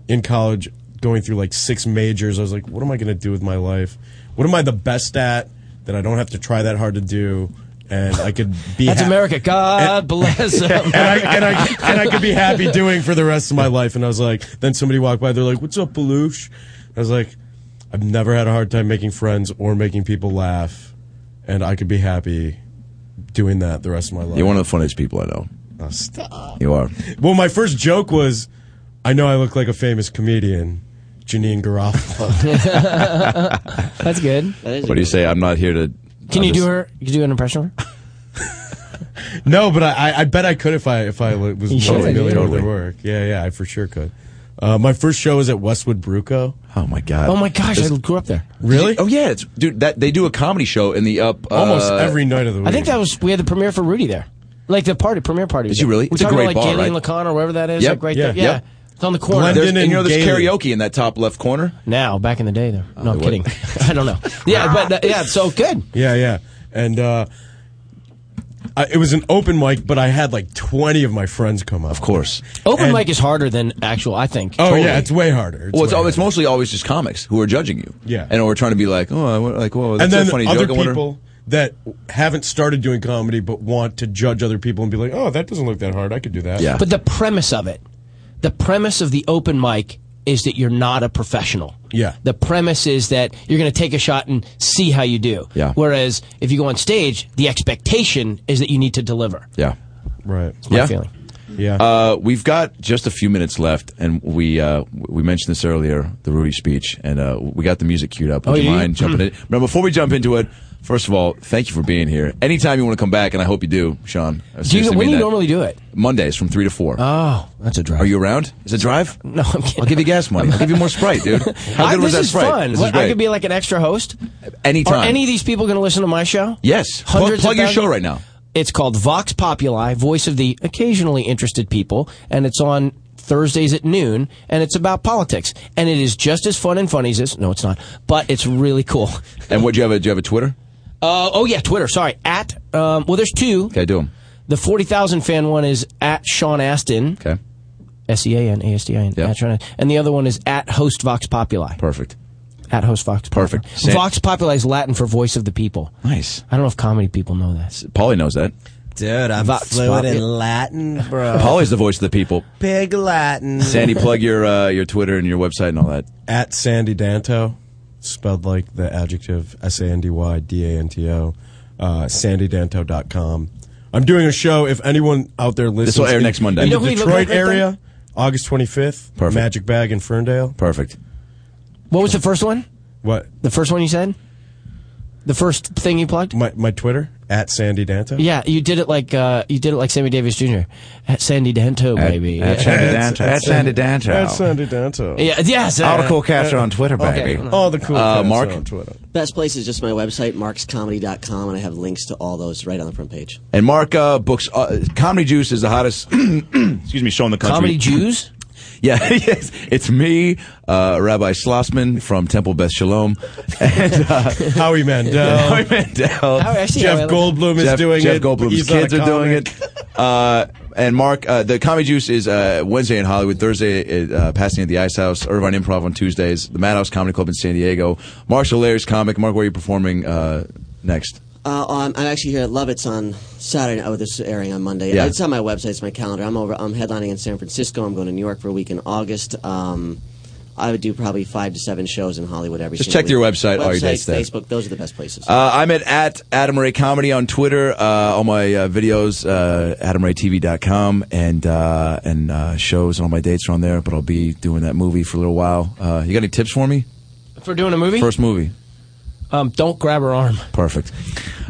Speaker 4: in college going through like six majors. I was like, what am I going to do with my life? What am I the best at that I don't have to try that hard to do? And I could be
Speaker 7: That's
Speaker 4: hap-
Speaker 7: America. God Uh, bless
Speaker 4: and
Speaker 7: America.
Speaker 4: I and I and I could be happy doing for the rest of my life. And I was like, then somebody walked by, they're like, "What's up, Belush?" I was like, "I've never had a hard time making friends or making people laugh, and I could be happy doing that the rest of my life."
Speaker 3: You're one of the funniest people I know.
Speaker 4: Oh, stop.
Speaker 3: You are.
Speaker 4: Well, my first joke was, "I know I look like a famous comedian." Janine Garofalo.
Speaker 7: That's good.
Speaker 3: What do you say? I'm not here to.
Speaker 7: Can
Speaker 3: I'm
Speaker 7: you
Speaker 3: just-
Speaker 7: do her? You can do an impression of her?
Speaker 4: no, but I, I- I bet I could if I if I was
Speaker 7: You
Speaker 4: more
Speaker 7: should.
Speaker 4: familiar with
Speaker 7: Totally.
Speaker 4: their work. Yeah, yeah, I for sure could. Uh, my first show was at Westwood Bruco.
Speaker 3: Oh my god!
Speaker 7: Oh my gosh, I
Speaker 3: This-
Speaker 7: grew up there.
Speaker 4: Really?
Speaker 3: Oh yeah, it's dude. That they do a comedy show in the up uh,
Speaker 4: Almost every night of the week.
Speaker 7: I think that was we had the premiere for Rudy there, like the party premiere party.
Speaker 3: Did you really?
Speaker 7: We're
Speaker 3: It's a
Speaker 7: talking
Speaker 3: great
Speaker 7: about,
Speaker 3: bar,
Speaker 7: like Galen
Speaker 3: right?
Speaker 7: Lacan or wherever that is.
Speaker 3: Yep.
Speaker 7: Like right
Speaker 3: Yeah.
Speaker 7: there. Yeah,
Speaker 3: Yep.
Speaker 7: it's on the corner.
Speaker 3: There's- and you know, there's karaoke in that top left corner.
Speaker 7: Now, back in the day, there. No, I'm
Speaker 3: what?
Speaker 7: kidding. I don't know. Yeah,
Speaker 3: uh,
Speaker 7: but that- yeah, so good.
Speaker 4: Yeah, yeah. And uh, I, it was an open mic, but I had like 20 of my friends come up. Of
Speaker 3: course.
Speaker 7: Open mic is harder than actual. I think.
Speaker 4: Oh, yeah, it's way harder. It's
Speaker 3: well, it's,
Speaker 4: way
Speaker 3: al- it's mostly always just comics who are judging you.
Speaker 4: Yeah.
Speaker 3: and we're trying to be like, oh, I wa- like, whoa, that's
Speaker 4: and then
Speaker 3: a funny
Speaker 4: other
Speaker 3: joke. I wonder-
Speaker 4: people that haven't started doing comedy but want to judge other people and be like, oh, that doesn't look that hard. I could do that.
Speaker 7: But the premise of it, the premise of the open mic is that you're not a professional.
Speaker 4: Yeah.
Speaker 7: The premise is that you're going to take a shot and see how you do.
Speaker 3: Yeah.
Speaker 7: Whereas if you go on stage, the expectation is that you need to deliver.
Speaker 3: Yeah.
Speaker 4: Right.
Speaker 7: my
Speaker 3: yeah.
Speaker 7: feeling.
Speaker 4: Yeah.
Speaker 3: Uh, we've got just a few minutes left, and we uh, we mentioned this earlier, the Rudy speech, and uh, we got the music queued up. Would
Speaker 7: Oh,
Speaker 3: you
Speaker 7: yeah?
Speaker 3: mind jumping in? Now, before we jump into it, first of all, thank you for being here. Anytime you want to come back, and I hope you do, Sean.
Speaker 7: Do
Speaker 3: I
Speaker 7: you,
Speaker 3: seriously
Speaker 7: when
Speaker 3: mean
Speaker 7: do you
Speaker 3: that.
Speaker 7: normally do it?
Speaker 3: Mondays from three to four.
Speaker 7: Oh, that's a drive.
Speaker 3: Are you around? Is it drive?
Speaker 7: No, I'm kidding.
Speaker 3: I'll give you gas money. I'll give you more Sprite, dude. How
Speaker 7: I-
Speaker 3: good
Speaker 7: this
Speaker 3: was that
Speaker 7: is
Speaker 3: Sprite?
Speaker 7: fun.
Speaker 3: This
Speaker 7: What-
Speaker 3: is great.
Speaker 7: I could be like an extra host.
Speaker 3: Anytime.
Speaker 7: Are any of these people going to listen to my show?
Speaker 3: yes. Plug-
Speaker 7: Hundreds of
Speaker 3: plug your
Speaker 7: thousands?
Speaker 3: show right now.
Speaker 7: It's called Vox Populi, Voice of the Occasionally Interested People, and it's on Thursdays at noon, and it's about politics. And it is just as fun and funny as this. No, it's not, but it's really cool.
Speaker 3: And what do you have? A, do you have a Twitter?
Speaker 7: Uh, oh, yeah, Twitter, sorry. At, um, well, there's two.
Speaker 3: Okay, do them.
Speaker 7: The 40,000 fan one is at Sean Astin.
Speaker 3: Okay.
Speaker 7: S E A N A S T I N. at Sean Astin. And the other one is at Host Vox Populi.
Speaker 3: Perfect.
Speaker 7: At Host Vox Perfect.
Speaker 3: Sa-
Speaker 7: Vox Populi is Latin for voice of the people.
Speaker 3: Nice.
Speaker 7: I don't know if comedy people know that.
Speaker 3: Paulie knows that.
Speaker 5: Dude, I'm
Speaker 3: Vox
Speaker 5: fluent in
Speaker 3: Populi.
Speaker 5: Latin, bro.
Speaker 3: Polly's the voice of the people.
Speaker 5: Big Latin.
Speaker 3: Sandy, plug your uh, your Twitter and your website and all that.
Speaker 4: At Sandy Danto, spelled like the adjective S A N D Y D A N T O, uh, sandydanto.com. I'm doing a show. If anyone out there listens,
Speaker 3: will air
Speaker 4: in-
Speaker 3: next Monday.
Speaker 4: In
Speaker 3: You
Speaker 4: the
Speaker 3: know who you look like
Speaker 4: Detroit
Speaker 3: right
Speaker 4: area,
Speaker 3: there?
Speaker 4: August 25th,
Speaker 3: Perfect.
Speaker 4: Magic Bag in Ferndale.
Speaker 3: Perfect.
Speaker 7: What was the first one?
Speaker 4: What?
Speaker 7: The first one you said? The first thing you plugged?
Speaker 4: My, my Twitter, at Sandy Danto.
Speaker 7: Yeah, you did it like uh, you did it like Sammy Davis Jr. At Sandy Danto,
Speaker 4: At-
Speaker 7: baby.
Speaker 4: at
Speaker 7: Yeah.
Speaker 4: Sandy Danto.
Speaker 3: At Sandy Danto.
Speaker 4: At Sandy Danto.
Speaker 7: Yeah, yes, uh,
Speaker 3: All the cool cats are on Twitter, baby.
Speaker 4: All the cool
Speaker 3: Uh,
Speaker 4: cats
Speaker 3: Mark?
Speaker 4: are on Twitter.
Speaker 6: Best place is just my website, markscomedy.com, and I have links to all those right on the front page.
Speaker 3: And Mark uh, books uh, Comedy Juice is the hottest. excuse me, show in the country.
Speaker 6: Comedy Juice?
Speaker 3: yeah, yes, it's me, uh, Rabbi Schlossman from Temple Beth Shalom, and uh,
Speaker 4: Howie Mandel.
Speaker 3: Howie Mandel.
Speaker 4: Howie, I see Jeff Howie. Goldblum is
Speaker 3: Jeff-
Speaker 4: doing
Speaker 3: Jeff
Speaker 4: it, but
Speaker 3: Goldblum's
Speaker 4: he's not
Speaker 3: kids
Speaker 4: a
Speaker 3: are doing it. Uh, and Mark, uh, the Comedy Juice is uh, Wednesday in Hollywood, Thursday at uh, Pasadena at the Ice House, Irvine Improv on Tuesdays, the Madhouse Comedy Club in San Diego. Mark's hilarious comic. Mark, where are you performing uh, next?
Speaker 6: Uh, um, I'm actually here at Lovett's on Saturday. night. Oh, this is airing on Monday.
Speaker 3: Yeah.
Speaker 6: It's on my website. It's my calendar. I'm over. I'm headlining in San Francisco. I'm going to New York for a week in August. Um, I would do probably five to seven shows in Hollywood every.
Speaker 3: Just
Speaker 6: single
Speaker 3: check your
Speaker 6: week.
Speaker 3: website, all your dates
Speaker 6: Websites,
Speaker 3: there.
Speaker 6: Facebook. Those are the best places.
Speaker 3: Uh, I'm at, at Adam Ray Comedy on Twitter. Uh, all my uh, videos, uh, adamraytv.com, and uh, and uh, shows and all my dates are on there. But I'll be doing that movie for a little while. Uh, you got any tips for me?
Speaker 7: For doing a movie?
Speaker 3: First movie.
Speaker 7: Um, don't grab her arm.
Speaker 3: Perfect.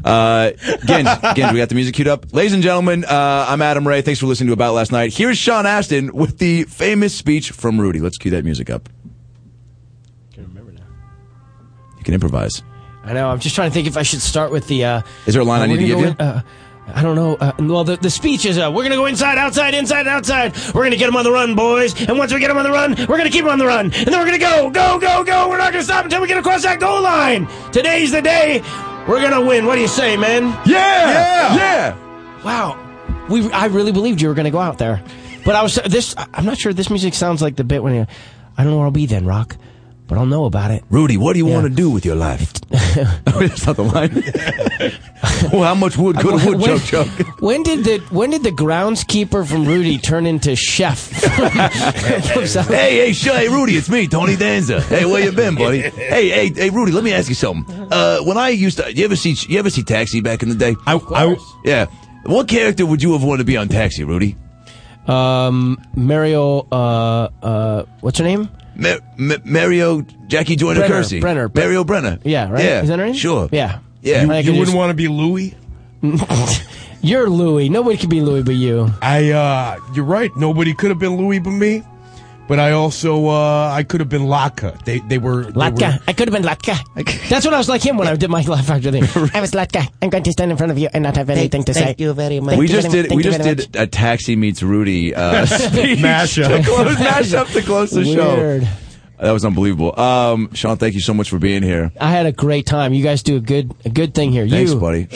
Speaker 3: Uh, again, again, we got the music queued up. Ladies and gentlemen, uh, I'm Adam Ray. Thanks for listening to About Last Night. Here's Sean Astin with the famous speech from Rudy. Let's cue that music up. You can improvise.
Speaker 7: I know. I'm just trying to think if I should start with the. Uh,
Speaker 3: Is there a line
Speaker 7: uh,
Speaker 3: I need
Speaker 7: we're
Speaker 3: to
Speaker 7: gonna
Speaker 3: give
Speaker 7: go in- uh, I don't know. Uh, well, the, the speech is uh, we're going to go inside, outside, inside, outside. We're going to get them on the run, boys. And once we get them on the run, we're going to keep them on the run. And then we're going to go, go, go, go. We're not going to stop until we get across that goal line. Today's the day. We're going to win. What do you say, man?
Speaker 3: Yeah. Yeah.
Speaker 7: Wow. We, I really believed you were going to go out there. But I was this. I'm not sure. This music sounds like the bit when you, I don't know where I'll be then, Rock, but I'll know about it.
Speaker 3: Rudy, what do you
Speaker 7: Yeah.
Speaker 3: want to do with your life? That's not the line. well, how much wood could a
Speaker 7: When-
Speaker 3: woodchuck chuck?
Speaker 7: When did the when did the groundskeeper from Rudy turn into chef? hey,
Speaker 3: hey, sh- hey, Rudy, it's me, Tony Danza. Hey, where you been, buddy? Hey, hey, hey, Rudy, let me ask you something. Uh, when I used to, you ever see, you ever see Taxi back in the day? I, yeah. What character would you have wanted to be on Taxi, Rudy?
Speaker 7: Um, Mario. Uh, uh, what's her name?
Speaker 3: Ma- Ma- Mario Jackie Joyner
Speaker 7: Brenner,
Speaker 3: Kersey.
Speaker 7: Brenner.
Speaker 3: Mario Brenner.
Speaker 7: Yeah, right.
Speaker 3: Yeah,
Speaker 7: Is that her name?
Speaker 3: Sure.
Speaker 7: Yeah.
Speaker 3: Yeah.
Speaker 7: I could just-
Speaker 4: want to be Louie?
Speaker 7: You're Louie. Nobody could be Louie but you.
Speaker 4: I uh you're right. Nobody could have been Louis but me. But I also uh I could have been Latka. They they were they
Speaker 7: Latka.
Speaker 4: were-
Speaker 7: I could have been Latka. That's what I was like him when I did my Life Factor thing. I was Latka. I'm going to stand in front of you and not have anything to say. Thank you very
Speaker 3: we just did we just did a Taxi meets Rudy uh, speech
Speaker 4: Mashup.
Speaker 3: to close, mashup to close the show.
Speaker 7: Weird.
Speaker 3: That was unbelievable. Um, Sean, thank you so much for being here.
Speaker 7: I had a great time. You guys do a good a good thing here.
Speaker 3: Thanks,
Speaker 7: you.
Speaker 3: buddy.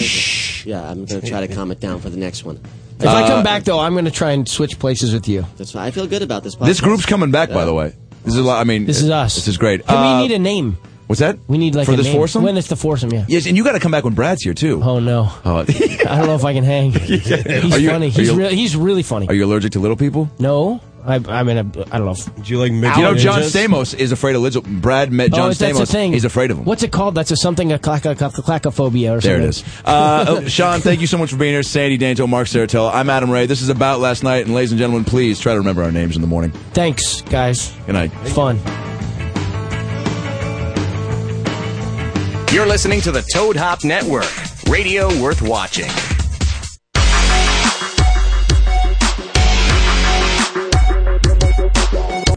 Speaker 6: Yeah, I'm going to try to calm it down for the next one.
Speaker 7: If
Speaker 3: Uh,
Speaker 7: I come back though, I'm going to try and switch places with you.
Speaker 6: That's why I feel good about this. Podcast.
Speaker 3: This group's coming back, by the way. This is a lot. I mean,
Speaker 7: This is us.
Speaker 3: This is great.
Speaker 7: But
Speaker 3: Uh,
Speaker 7: we need a name.
Speaker 3: what's that?
Speaker 7: We need like
Speaker 3: for
Speaker 7: a
Speaker 3: this
Speaker 7: name.
Speaker 3: foursome.
Speaker 7: When it's the foursome, yeah.
Speaker 3: yes, and you got to come back when Brad's here too.
Speaker 7: Oh no.
Speaker 3: Oh,
Speaker 7: I don't know if I can hang. He's
Speaker 3: Are you-
Speaker 7: funny.
Speaker 3: are
Speaker 7: He's
Speaker 3: you-
Speaker 7: really he's really funny.
Speaker 3: Are you allergic to little people?
Speaker 7: No, I I mean I, I don't know. If,
Speaker 4: Do you like
Speaker 3: You know, John Stamos is afraid of little. Brad met
Speaker 7: oh,
Speaker 3: John
Speaker 7: is that's
Speaker 3: Stamos.
Speaker 7: a thing.
Speaker 3: He's afraid of him.
Speaker 7: What's it called? That's a something a clacka clacka clackaphobia or
Speaker 3: There
Speaker 7: something.
Speaker 3: it is. Uh, oh, Sean, thank you so much for being here. Sandy Danto, Mark Saratella. I'm Adam Ray. This is About Last Night. And ladies and gentlemen, please try to remember our names in the morning.
Speaker 7: Thanks, guys.
Speaker 3: Good night.
Speaker 7: Fun.
Speaker 1: You're listening to the Toad Hop Network, radio worth watching.